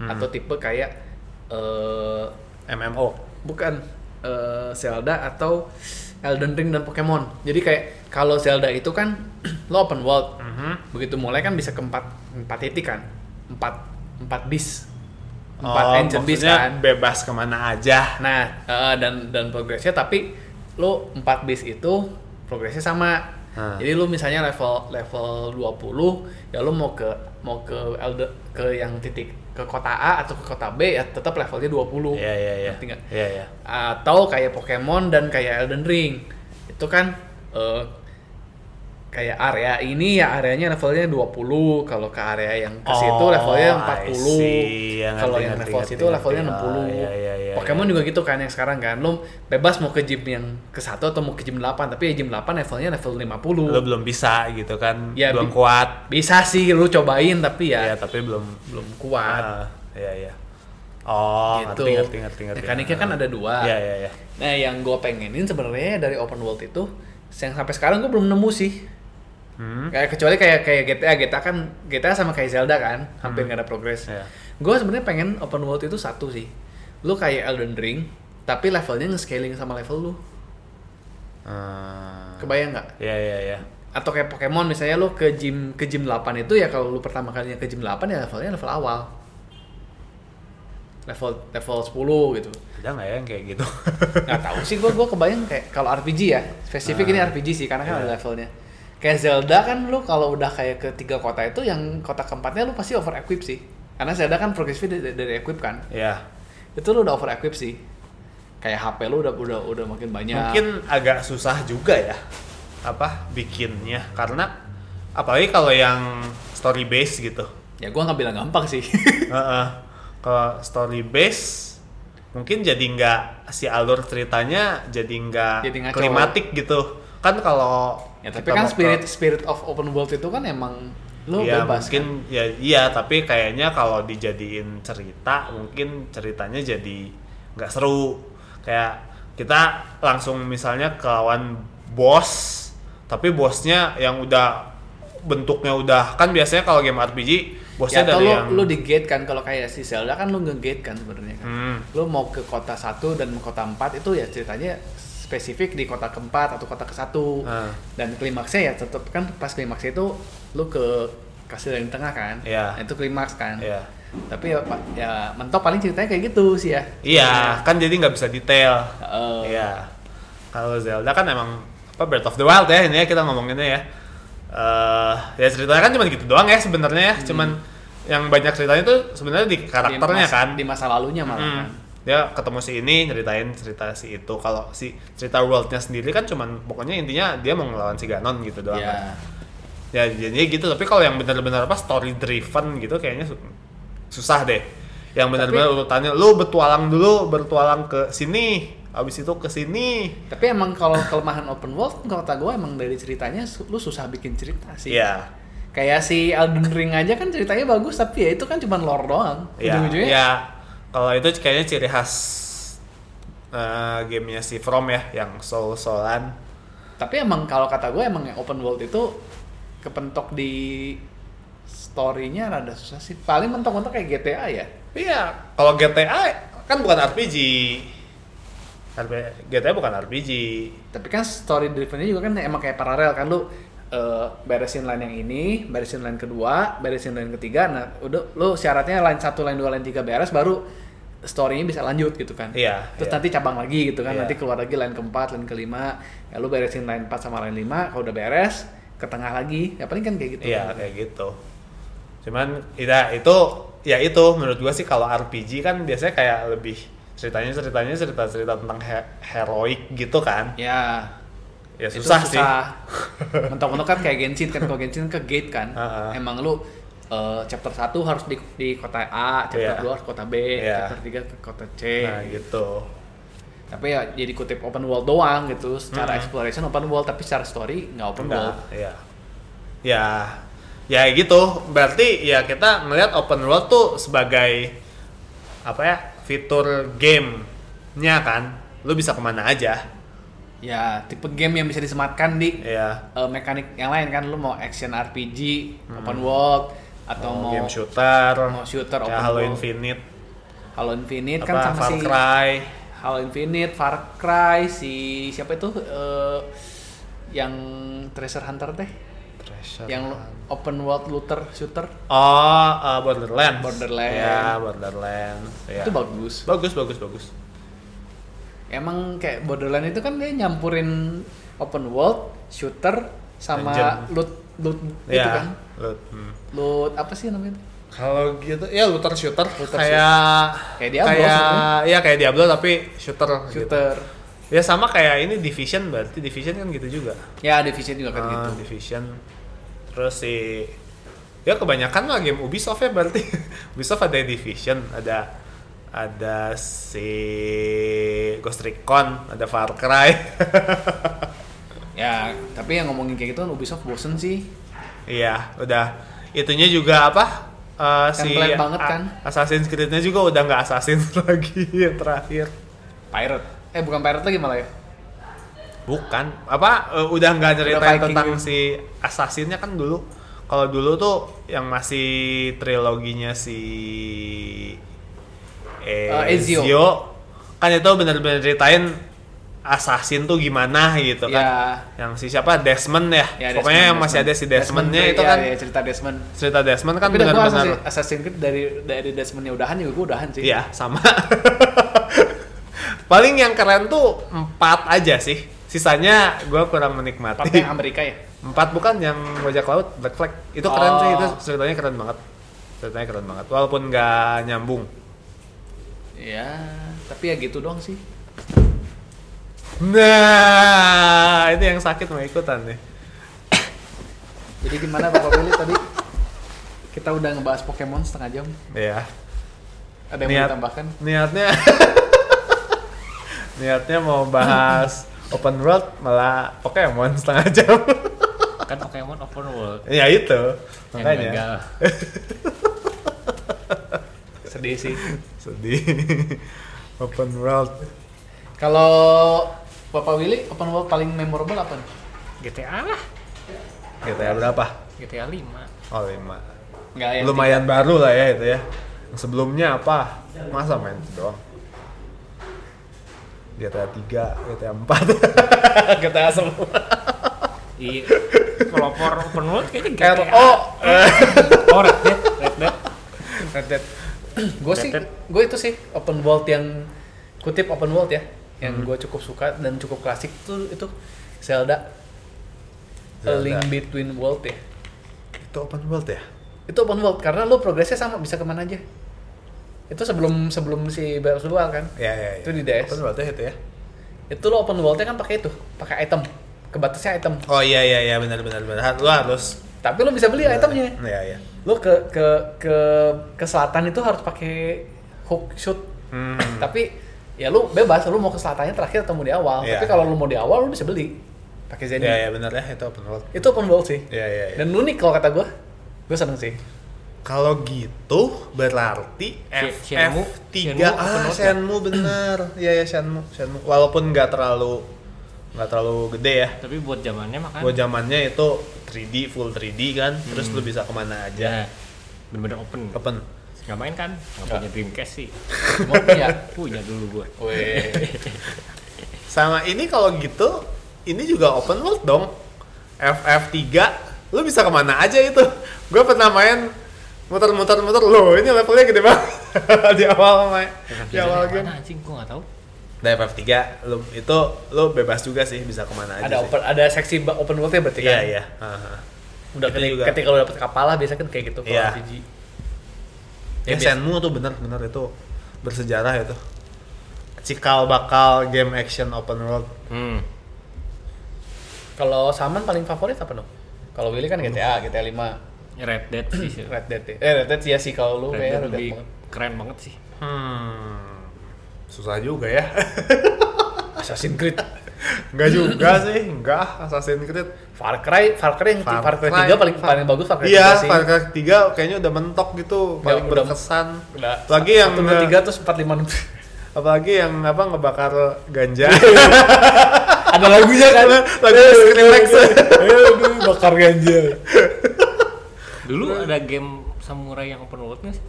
[SPEAKER 1] atau tipe kayak eh
[SPEAKER 2] MMO.
[SPEAKER 1] bukan eh, Zelda atau Elden Ring dan Pokemon. Jadi kayak kalau Zelda itu kan lo open world.
[SPEAKER 2] Mm-hmm.
[SPEAKER 1] Begitu mulai kan bisa ke empat, empat titik kan. Empat, empat bis. Empat
[SPEAKER 2] Oh,
[SPEAKER 1] engine bis
[SPEAKER 2] maksudnya
[SPEAKER 1] kan.
[SPEAKER 2] bebas kemana aja.
[SPEAKER 1] Nah, eh, dan dan progresnya tapi lo 4 base itu progresnya sama.
[SPEAKER 2] Hmm.
[SPEAKER 1] Jadi lu misalnya level level 20, ya lu mau ke mau ke Elde, ke yang titik ke kota A atau ke kota B ya tetap levelnya 20.
[SPEAKER 2] Iya, iya, iya.
[SPEAKER 1] Ngerti nggak?
[SPEAKER 2] Iya, iya.
[SPEAKER 1] Atau kayak Pokemon dan kayak Elden Ring. Itu kan eh, kayak area ini ya areanya levelnya 20 kalau ke area yang ke situ
[SPEAKER 2] Oh,
[SPEAKER 1] levelnya 40
[SPEAKER 2] I see. Ya, ngerti,
[SPEAKER 1] kalau yang
[SPEAKER 2] ngerti,
[SPEAKER 1] level
[SPEAKER 2] ngerti,
[SPEAKER 1] situ
[SPEAKER 2] ngerti.
[SPEAKER 1] levelnya
[SPEAKER 2] Ah,
[SPEAKER 1] 60
[SPEAKER 2] iya, iya, iya,
[SPEAKER 1] Pokemon
[SPEAKER 2] iya.
[SPEAKER 1] juga gitu kan yang sekarang kan lo bebas mau ke gym yang ke satu atau mau ke gym 8 tapi ya gym 8 levelnya level 50
[SPEAKER 2] Lo belum bisa gitu kan.
[SPEAKER 1] Ya,
[SPEAKER 2] belum
[SPEAKER 1] bi-
[SPEAKER 2] kuat.
[SPEAKER 1] bisa sih lu cobain tapi ya
[SPEAKER 2] Ya, tapi belum
[SPEAKER 1] belum kuat
[SPEAKER 2] Ah, Iya, iya. Oh,
[SPEAKER 1] gitu
[SPEAKER 2] ngerti, ngerti, ngerti, ngerti.
[SPEAKER 1] mekaniknya kan
[SPEAKER 2] Ah.
[SPEAKER 1] ada dua
[SPEAKER 2] Iya, iya, iya.
[SPEAKER 1] Nah, yang gue pengenin sebenarnya dari open world itu, yang sampai sekarang gue belum nemu sih.
[SPEAKER 2] Hmm.
[SPEAKER 1] Kayak kecuali kayak kayak GTA, GTA kan GTA sama kayak Zelda kan, hampir nggak ada progres.
[SPEAKER 2] Iya.
[SPEAKER 1] Gue sebenarnya pengen open world itu satu sih. Lu kayak Elden Ring, tapi levelnya nge-scaling sama level lu.
[SPEAKER 2] Ah.
[SPEAKER 1] Kebayang nggak?
[SPEAKER 2] Iya, iya, iya.
[SPEAKER 1] Atau kayak Pokemon misalnya lu ke gym ke gym 8 itu ya kalau lu pertama kalinya ke gym 8 ya levelnya level awal. Level level 10 gitu.
[SPEAKER 2] Ada nggak ya yang kayak gitu?
[SPEAKER 1] nggak tahu sih gue gue kebayang kayak kalau RPG ya spesifik
[SPEAKER 2] Ah.
[SPEAKER 1] ini RPG sih karena kan ada
[SPEAKER 2] Iya.
[SPEAKER 1] levelnya kayak Zelda kan lu kalau udah kayak ke tiga kota itu yang kota keempatnya lu pasti over equip sih karena Zelda kan progresnya dari, dari equip kan
[SPEAKER 2] Iya.
[SPEAKER 1] itu lu udah over equip sih kayak HP lu udah udah udah makin banyak
[SPEAKER 2] Mungkin agak susah juga ya apa bikinnya karena apalagi kalau yang story based gitu.
[SPEAKER 1] ya gua nggak bilang gampang sih
[SPEAKER 2] Heeh. Kalau story based mungkin jadi nggak si alur ceritanya jadi nggak
[SPEAKER 1] Jadi ngaco.
[SPEAKER 2] klimatik gitu. Kan kalau
[SPEAKER 1] ya tapi
[SPEAKER 2] kita
[SPEAKER 1] kan
[SPEAKER 2] mau ke-
[SPEAKER 1] spirit spirit of open world itu kan emang lu
[SPEAKER 2] Iya,
[SPEAKER 1] bebas kan.
[SPEAKER 2] mungkin ya iya tapi kayaknya kalau dijadiin cerita mungkin ceritanya jadi nggak seru kayak kita langsung misalnya ke lawan bos tapi bosnya yang udah bentuknya udah kan biasanya kalau game RPG
[SPEAKER 1] ya
[SPEAKER 2] bosnya
[SPEAKER 1] atau
[SPEAKER 2] dari
[SPEAKER 1] lu,
[SPEAKER 2] yang
[SPEAKER 1] lu di gate kan kalau kayak si Zelda kan lu nge-gate kan sebenarnya kan
[SPEAKER 2] Hmm.
[SPEAKER 1] lu mau ke kota satu dan kota empat itu ya ceritanya spesifik di kota keempat atau kota ke satu
[SPEAKER 2] Ah.
[SPEAKER 1] dan klimaksnya ya tetap kan pas klimaksnya itu lu ke kastil yang tengah kan
[SPEAKER 2] Iya.
[SPEAKER 1] Nah, itu klimaks kan
[SPEAKER 2] Iya.
[SPEAKER 1] tapi ya, pa- ya mentok paling ceritanya kayak gitu sih ya
[SPEAKER 2] iya kan jadi nggak bisa detail
[SPEAKER 1] Heeh.
[SPEAKER 2] Iya. Kalau Zelda kan emang apa Breath of the Wild ya ini ya kita ngomonginnya ya. Eh ya ceritanya kan cuma gitu doang ya sebenarnya ya.
[SPEAKER 1] Hmm.
[SPEAKER 2] Cuman yang banyak ceritanya tuh sebenarnya di
[SPEAKER 1] Di
[SPEAKER 2] karakternya
[SPEAKER 1] mas-
[SPEAKER 2] kan.
[SPEAKER 1] di masa lalunya malah
[SPEAKER 2] Mm.
[SPEAKER 1] kan
[SPEAKER 2] Dia ketemu si ini ceritain cerita si itu. Kalau si cerita worldnya sendiri kan cuman pokoknya intinya dia mau ngelawan si Ganon gitu doang.
[SPEAKER 1] Iya.
[SPEAKER 2] kan. Ya jadinya gitu. Tapi kalau yang benar-benar apa story driven gitu kayaknya su- susah deh. Yang benar-benar urutannya lu bertualang dulu bertualang ke sini, habis itu ke sini.
[SPEAKER 1] tapi emang kalau kelemahan open world kota gua emang dari ceritanya su- lu susah bikin cerita sih
[SPEAKER 2] Iya.
[SPEAKER 1] Kayak si Elden Ring aja kan ceritanya bagus tapi ya itu kan cuma lore doang.
[SPEAKER 2] Iya.
[SPEAKER 1] Ujung-ujungnya
[SPEAKER 2] Iya. Kalau itu kayaknya ciri khas eh, gamenya si From ya, yang Soul Solan.
[SPEAKER 1] Tapi emang kalau kata gue emang yang open world itu kepentok di story-nya rada susah sih. Paling mentok-mentok kayak GTA ya.
[SPEAKER 2] Iya. Kalau GTA kan bukan RPG. RP- GTA bukan RPG.
[SPEAKER 1] Tapi kan story driven-nya juga kan emang kayak paralel kan lu eh, beresin line yang ini, beresin line kedua, beresin line ketiga. Nah, udah lu syaratnya line 1, line 2, line 3 beres baru story-nya bisa lanjut gitu kan.
[SPEAKER 2] Iya,
[SPEAKER 1] Terus
[SPEAKER 2] iya.
[SPEAKER 1] nanti cabang lagi gitu kan.
[SPEAKER 2] Iya.
[SPEAKER 1] Nanti keluar lagi line keempat, line kelima. Ya lu beresin line 4 sama line 5, kalau udah beres ke tengah lagi. Ya paling kan kayak gitu.
[SPEAKER 2] Iya,
[SPEAKER 1] kan.
[SPEAKER 2] kayak gitu. Cuman ya itu ya itu menurut gua sih kalau RPG kan biasanya kayak lebih ceritanya ceritanya cerita cerita tentang he- heroik gitu kan
[SPEAKER 1] Ya,
[SPEAKER 2] ya
[SPEAKER 1] itu
[SPEAKER 2] susah, sih
[SPEAKER 1] Mentok-mentok kan kayak Genshin kan kalau Genshin ke gate kan.
[SPEAKER 2] Heeh.
[SPEAKER 1] Emang lu eh, chapter 1 harus di, di kota A, chapter
[SPEAKER 2] Iya.
[SPEAKER 1] 2 harus kota B,
[SPEAKER 2] Iya.
[SPEAKER 1] chapter 3 ke kota C.
[SPEAKER 2] nah gitu
[SPEAKER 1] Tapi ya jadi kutip open world doang gitu. Secara
[SPEAKER 2] Mm-mm.
[SPEAKER 1] exploration open world tapi secara story nggak open world.
[SPEAKER 2] Enggak, ya. Ya, ya gitu. Berarti ya kita ngelihat open world tuh sebagai apa ya fitur game-nya kan lu bisa kemana aja
[SPEAKER 1] Ya, tipe game yang bisa disematkan di
[SPEAKER 2] ya
[SPEAKER 1] eh, mekanik yang lain kan lu mau action RPG, open world atau mau
[SPEAKER 2] Hmm. Oh, game shooter
[SPEAKER 1] mau shooter,
[SPEAKER 2] kayak
[SPEAKER 1] open
[SPEAKER 2] Halo
[SPEAKER 1] world.
[SPEAKER 2] Infinite
[SPEAKER 1] Halo Infinite
[SPEAKER 2] apa
[SPEAKER 1] kan sama
[SPEAKER 2] Far
[SPEAKER 1] si
[SPEAKER 2] Cry
[SPEAKER 1] Halo Infinite, Far Cry, si siapa itu eh, yang Treasure Hunter teh,
[SPEAKER 2] Treasure
[SPEAKER 1] yang lu- open world looter shooter
[SPEAKER 2] oh uh, Borderlands
[SPEAKER 1] Borderlands.
[SPEAKER 2] ya Borderlands ya.
[SPEAKER 1] itu bagus.
[SPEAKER 2] bagus bagus bagus
[SPEAKER 1] Emang kayak Borderlands itu kan dia nyampurin open world, shooter sama
[SPEAKER 2] Dungeon.
[SPEAKER 1] loot loot gitu kan.
[SPEAKER 2] ya loot hmm.
[SPEAKER 1] Loot apa sih namanya? itu?
[SPEAKER 2] Kalau gitu ya looter shooter
[SPEAKER 1] Looter
[SPEAKER 2] kayak
[SPEAKER 1] Kayak Diablo
[SPEAKER 2] kayak
[SPEAKER 1] sebenarnya.
[SPEAKER 2] ya kayak Diablo tapi shooter gitu.
[SPEAKER 1] Shooter.
[SPEAKER 2] Ya sama kayak ini Division berarti Division kan gitu juga.
[SPEAKER 1] Ya Division juga kan
[SPEAKER 2] Ah,
[SPEAKER 1] gitu.
[SPEAKER 2] Division. Terus si ya kebanyakan lah game Ubisoft ya berarti. Ubisoft ada Division, ada ada si Ghost Recon, ada Far Cry.
[SPEAKER 1] Ya, tapi yang ngomongin kayak gitu kan Ubisoft bosen sih.
[SPEAKER 2] Iya, udah itunya juga apa? eh,
[SPEAKER 1] Template banget kan?
[SPEAKER 2] A- Assassin's Creed-nya juga udah nggak Assassin lagi yang terakhir.
[SPEAKER 1] Pirate. Eh bukan pirate lagi malah ya.
[SPEAKER 2] Bukan. Apa eh, udah nggak
[SPEAKER 1] Udah
[SPEAKER 2] ceritain
[SPEAKER 1] Viking ya?
[SPEAKER 2] tentang
[SPEAKER 1] dulu.
[SPEAKER 2] si assassinnya kan dulu. Kalau dulu tuh yang masih triloginya si
[SPEAKER 1] Eh, Ezio.
[SPEAKER 2] kan itu bener-bener ceritain assassin tuh gimana gitu kan.
[SPEAKER 1] Ya.
[SPEAKER 2] Yang si siapa Desmond ya.
[SPEAKER 1] Ya,
[SPEAKER 2] Pokoknya
[SPEAKER 1] Desmond,
[SPEAKER 2] yang masih ada
[SPEAKER 1] Desmond.
[SPEAKER 2] si Desmondnya
[SPEAKER 1] Desmond,
[SPEAKER 2] itu
[SPEAKER 1] ya,
[SPEAKER 2] kan
[SPEAKER 1] ya, cerita Desmond.
[SPEAKER 2] cerita Desmond kan
[SPEAKER 1] tapi udah gue
[SPEAKER 2] benar-benar
[SPEAKER 1] Assassin's Creed dari dari Desmondnya udahan juga gue udahan sih.
[SPEAKER 2] Iya, sama. Paling yang keren tuh empat aja sih. Sisanya gua kurang menikmati.
[SPEAKER 1] Partnya Amerika ya.
[SPEAKER 2] Empat bukan yang bajak laut Black Flag. Itu keren
[SPEAKER 1] Oh.
[SPEAKER 2] sih, itu ceritanya keren banget. Ceritanya keren banget. Walaupun nggak nyambung.
[SPEAKER 1] Iya, tapi ya gitu doang sih. Hmm.
[SPEAKER 2] Nah, itu yang sakit mau ikutan nih.
[SPEAKER 1] Jadi gimana Bapak Willy tadi? Kita udah ngebahas Pokemon setengah jam.
[SPEAKER 2] Iya.
[SPEAKER 1] Ada yang mau
[SPEAKER 2] Niat-
[SPEAKER 1] ditambahkan?
[SPEAKER 2] Niatnya Niatnya mau bahas open world malah Pokemon setengah jam.
[SPEAKER 3] kan Pokemon open world
[SPEAKER 2] ya itu.
[SPEAKER 3] yang
[SPEAKER 2] Makanya
[SPEAKER 3] gagal
[SPEAKER 1] Sedih sih.
[SPEAKER 2] sedih. open world
[SPEAKER 1] Kalau Bapak Willy, open world paling memorable apa nih?
[SPEAKER 3] GTA lah
[SPEAKER 2] GTA berapa?
[SPEAKER 3] GTA 5
[SPEAKER 2] Oh 5
[SPEAKER 1] Nggak yang
[SPEAKER 2] Lumayan baru lah ya itu ya Yang Sebelumnya apa? Masa main itu doang? GTA 3, GTA 4 GTA semua
[SPEAKER 3] di pelopor open world kayaknya GTA
[SPEAKER 2] RO
[SPEAKER 3] oh Red Dead Red Dead
[SPEAKER 2] Red Dead.
[SPEAKER 1] gue sih gue itu sih open world yang kutip open world ya yang gue cukup suka dan cukup klasik tuh itu Zelda, A
[SPEAKER 2] Zelda.
[SPEAKER 1] Link Between World ya
[SPEAKER 2] Ya Itu open world ya?
[SPEAKER 1] itu open world karena lo progresnya sama bisa kemana aja itu sebelum sebelum si Breath of the Wild kan
[SPEAKER 2] Ya ya ya
[SPEAKER 1] Itu di DS.
[SPEAKER 2] Open world ya itu ya?
[SPEAKER 1] itu lo open worldnya kan pakai itu pakai item kebatasnya item
[SPEAKER 2] Oh iya iya iya benar benar benar Lu harus
[SPEAKER 1] tapi lo bisa beli itemnya
[SPEAKER 2] Iya iya
[SPEAKER 1] lo ke ke ke ke selatan itu harus pakai hook shoot
[SPEAKER 2] Hmm.
[SPEAKER 1] tapi ya lu bebas lu mau ke selatannya terakhir ketemu di awal
[SPEAKER 2] Iya.
[SPEAKER 1] tapi kalau lu mau di awal lu bisa beli pakai Zenny
[SPEAKER 2] Iya iya benar ya itu open world
[SPEAKER 1] itu open world sih
[SPEAKER 2] Iya iya iya
[SPEAKER 1] dan unik kalau kata gua gua seneng sih
[SPEAKER 2] Kalau gitu berarti
[SPEAKER 3] Sh- Shenmue.
[SPEAKER 2] FF3
[SPEAKER 3] Shenmue open
[SPEAKER 2] ah
[SPEAKER 1] ya?
[SPEAKER 3] world
[SPEAKER 2] Shenmue bener. Iya ya Shenmue, Shenmue. Walaupun nggak terlalu nggak terlalu gede ya.
[SPEAKER 3] tapi buat zamannya kan makan
[SPEAKER 1] Kan?
[SPEAKER 2] Buat zamannya itu 3D full 3D kan, terus
[SPEAKER 1] Hmm.
[SPEAKER 2] lu bisa kemana
[SPEAKER 3] ya
[SPEAKER 2] aja.
[SPEAKER 3] bener-bener open
[SPEAKER 2] Open.
[SPEAKER 3] nggak main kan nggak punya Dreamcast sih
[SPEAKER 1] mau punya
[SPEAKER 3] punya dulu gue
[SPEAKER 1] Weh.
[SPEAKER 2] Sama ini kalau gitu ini juga open world dong. FF3 lu bisa kemana aja itu. Gue pernah main muter-muter-muter loh ini levelnya gede banget di awal main di Ya, awal game
[SPEAKER 3] mana anjing gue nggak tahu
[SPEAKER 2] Nah FF3 lu, itu lu bebas juga sih bisa kemana aja
[SPEAKER 1] ada
[SPEAKER 2] sih.
[SPEAKER 1] open ada seksi ba- open worldnya berarti
[SPEAKER 2] Iya
[SPEAKER 1] kan
[SPEAKER 2] iya. Aha.
[SPEAKER 1] udah
[SPEAKER 2] Itu
[SPEAKER 1] ketika,
[SPEAKER 2] juga.
[SPEAKER 1] ketika lu dapet kapal lah biasa kan kayak gitu kalau
[SPEAKER 2] Iya.
[SPEAKER 1] RPG.
[SPEAKER 2] Ya, Shenmue tuh bener-bener itu bersejarah itu. Cikal bakal game action open world.
[SPEAKER 3] hmm.
[SPEAKER 1] kalau Saman paling favorit apa dong kalau Willy kan GTA GTA 5
[SPEAKER 3] Red Dead sih sih. Red
[SPEAKER 1] Red Dead ya. eh Red Dead ya sih kalau lu
[SPEAKER 3] Dead
[SPEAKER 1] kayak Red Dead
[SPEAKER 3] lebih
[SPEAKER 1] banget.
[SPEAKER 3] keren banget sih
[SPEAKER 2] Hmm. Susah juga ya.
[SPEAKER 1] Assassin's Creed
[SPEAKER 2] Enggak juga sih, enggak Assassin's Creed.
[SPEAKER 1] Far Cry Far Cry yang Far, Cry 3 paling
[SPEAKER 2] Far-
[SPEAKER 1] paling bagus Far Cry
[SPEAKER 2] Iya,
[SPEAKER 1] 3 sih
[SPEAKER 2] Far Cry 3 kayaknya udah mentok gitu,
[SPEAKER 1] Udah-
[SPEAKER 2] paling
[SPEAKER 1] udah-
[SPEAKER 2] berkesan.
[SPEAKER 1] Udah.
[SPEAKER 2] Lagi yang
[SPEAKER 1] Satu, dua,
[SPEAKER 2] nge-
[SPEAKER 1] tiga terus empat lima enam.
[SPEAKER 2] apalagi yang apa ngebakar ganja.
[SPEAKER 1] ada lagunya kan
[SPEAKER 2] Lagu Skrillex.
[SPEAKER 1] aduh bakar ganja
[SPEAKER 4] Dulu ada game samurai yang open world nggak sih?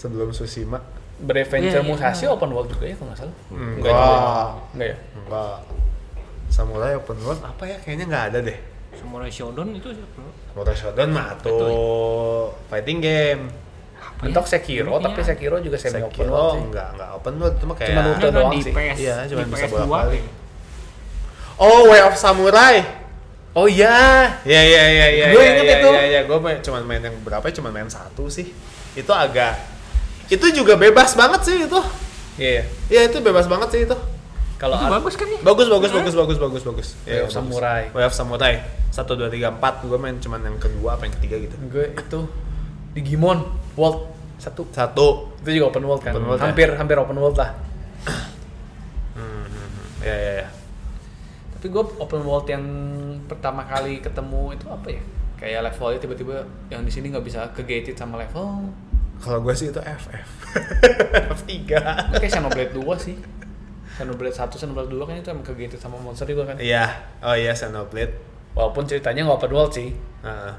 [SPEAKER 2] Sebelum Susima.
[SPEAKER 1] Brave Venture
[SPEAKER 4] Iya, iya.
[SPEAKER 1] Musashi open world juga ya kalau nggak salah
[SPEAKER 2] Enggak.
[SPEAKER 1] enggak ya
[SPEAKER 2] Enggak. Samurai open world apa ya? Kayaknya nggak ada deh.
[SPEAKER 4] Samurai Shodown itu open world.
[SPEAKER 2] Samurai Shodown mah tuh fighting game.
[SPEAKER 4] Apa ya?
[SPEAKER 1] Mentok Sekiro,
[SPEAKER 4] Dulu
[SPEAKER 1] tapi
[SPEAKER 4] kayaknya
[SPEAKER 1] Sekiro juga semi open world
[SPEAKER 2] Sekiro
[SPEAKER 1] sih.
[SPEAKER 2] enggak, enggak open world, cuma kayak
[SPEAKER 1] Cuma
[SPEAKER 4] ada.
[SPEAKER 3] kan
[SPEAKER 1] Naruto
[SPEAKER 4] Nggak, nggak,
[SPEAKER 1] doang
[SPEAKER 4] di
[SPEAKER 1] sih.
[SPEAKER 4] PS,
[SPEAKER 2] Iya, cuma
[SPEAKER 4] di
[SPEAKER 2] bisa
[SPEAKER 4] PS2
[SPEAKER 2] bolak-balik.
[SPEAKER 4] kayaknya.
[SPEAKER 2] Oh, Way of Samurai.
[SPEAKER 1] Oh iya,
[SPEAKER 2] Iya iya iya iya.
[SPEAKER 1] Gua
[SPEAKER 2] iya,
[SPEAKER 1] inget
[SPEAKER 2] iya,
[SPEAKER 1] itu.
[SPEAKER 2] Iya iya gue cuma main yang berapa? Cuma main satu sih. Itu agak. Itu juga bebas banget sih itu.
[SPEAKER 1] iya. iya.
[SPEAKER 2] Iya itu bebas banget sih itu.
[SPEAKER 1] Kalau
[SPEAKER 4] Itu
[SPEAKER 1] art-
[SPEAKER 4] bagus kan ya?
[SPEAKER 2] Bagus bagus bagus bagus bagus bagus. Iya,
[SPEAKER 1] Way of
[SPEAKER 2] bagus.
[SPEAKER 1] Samurai.
[SPEAKER 2] Way of Samurai. Satu dua tiga empat. Gue main cuma yang kedua apa yang ketiga gitu.
[SPEAKER 1] gue itu Digimon World satu
[SPEAKER 2] Satu.
[SPEAKER 1] itu juga open world kan
[SPEAKER 2] Open world, ya?
[SPEAKER 1] hampir hampir open world lah
[SPEAKER 2] Iya iya iya.
[SPEAKER 1] tapi gue open world yang pertama kali ketemu itu apa ya kayak levelnya tiba-tiba yang di sini nggak bisa ke gated sama level
[SPEAKER 2] Kalau gue sih itu FF. FF tiga.
[SPEAKER 1] Itu kayak Xenoblade 2 sih Xenoblade 1, Xenoblade 2 kan itu emang ke gated sama monster juga kan
[SPEAKER 2] Iya. Oh iya Xenoblade.
[SPEAKER 1] walaupun ceritanya nggak open world sih
[SPEAKER 2] Heeh.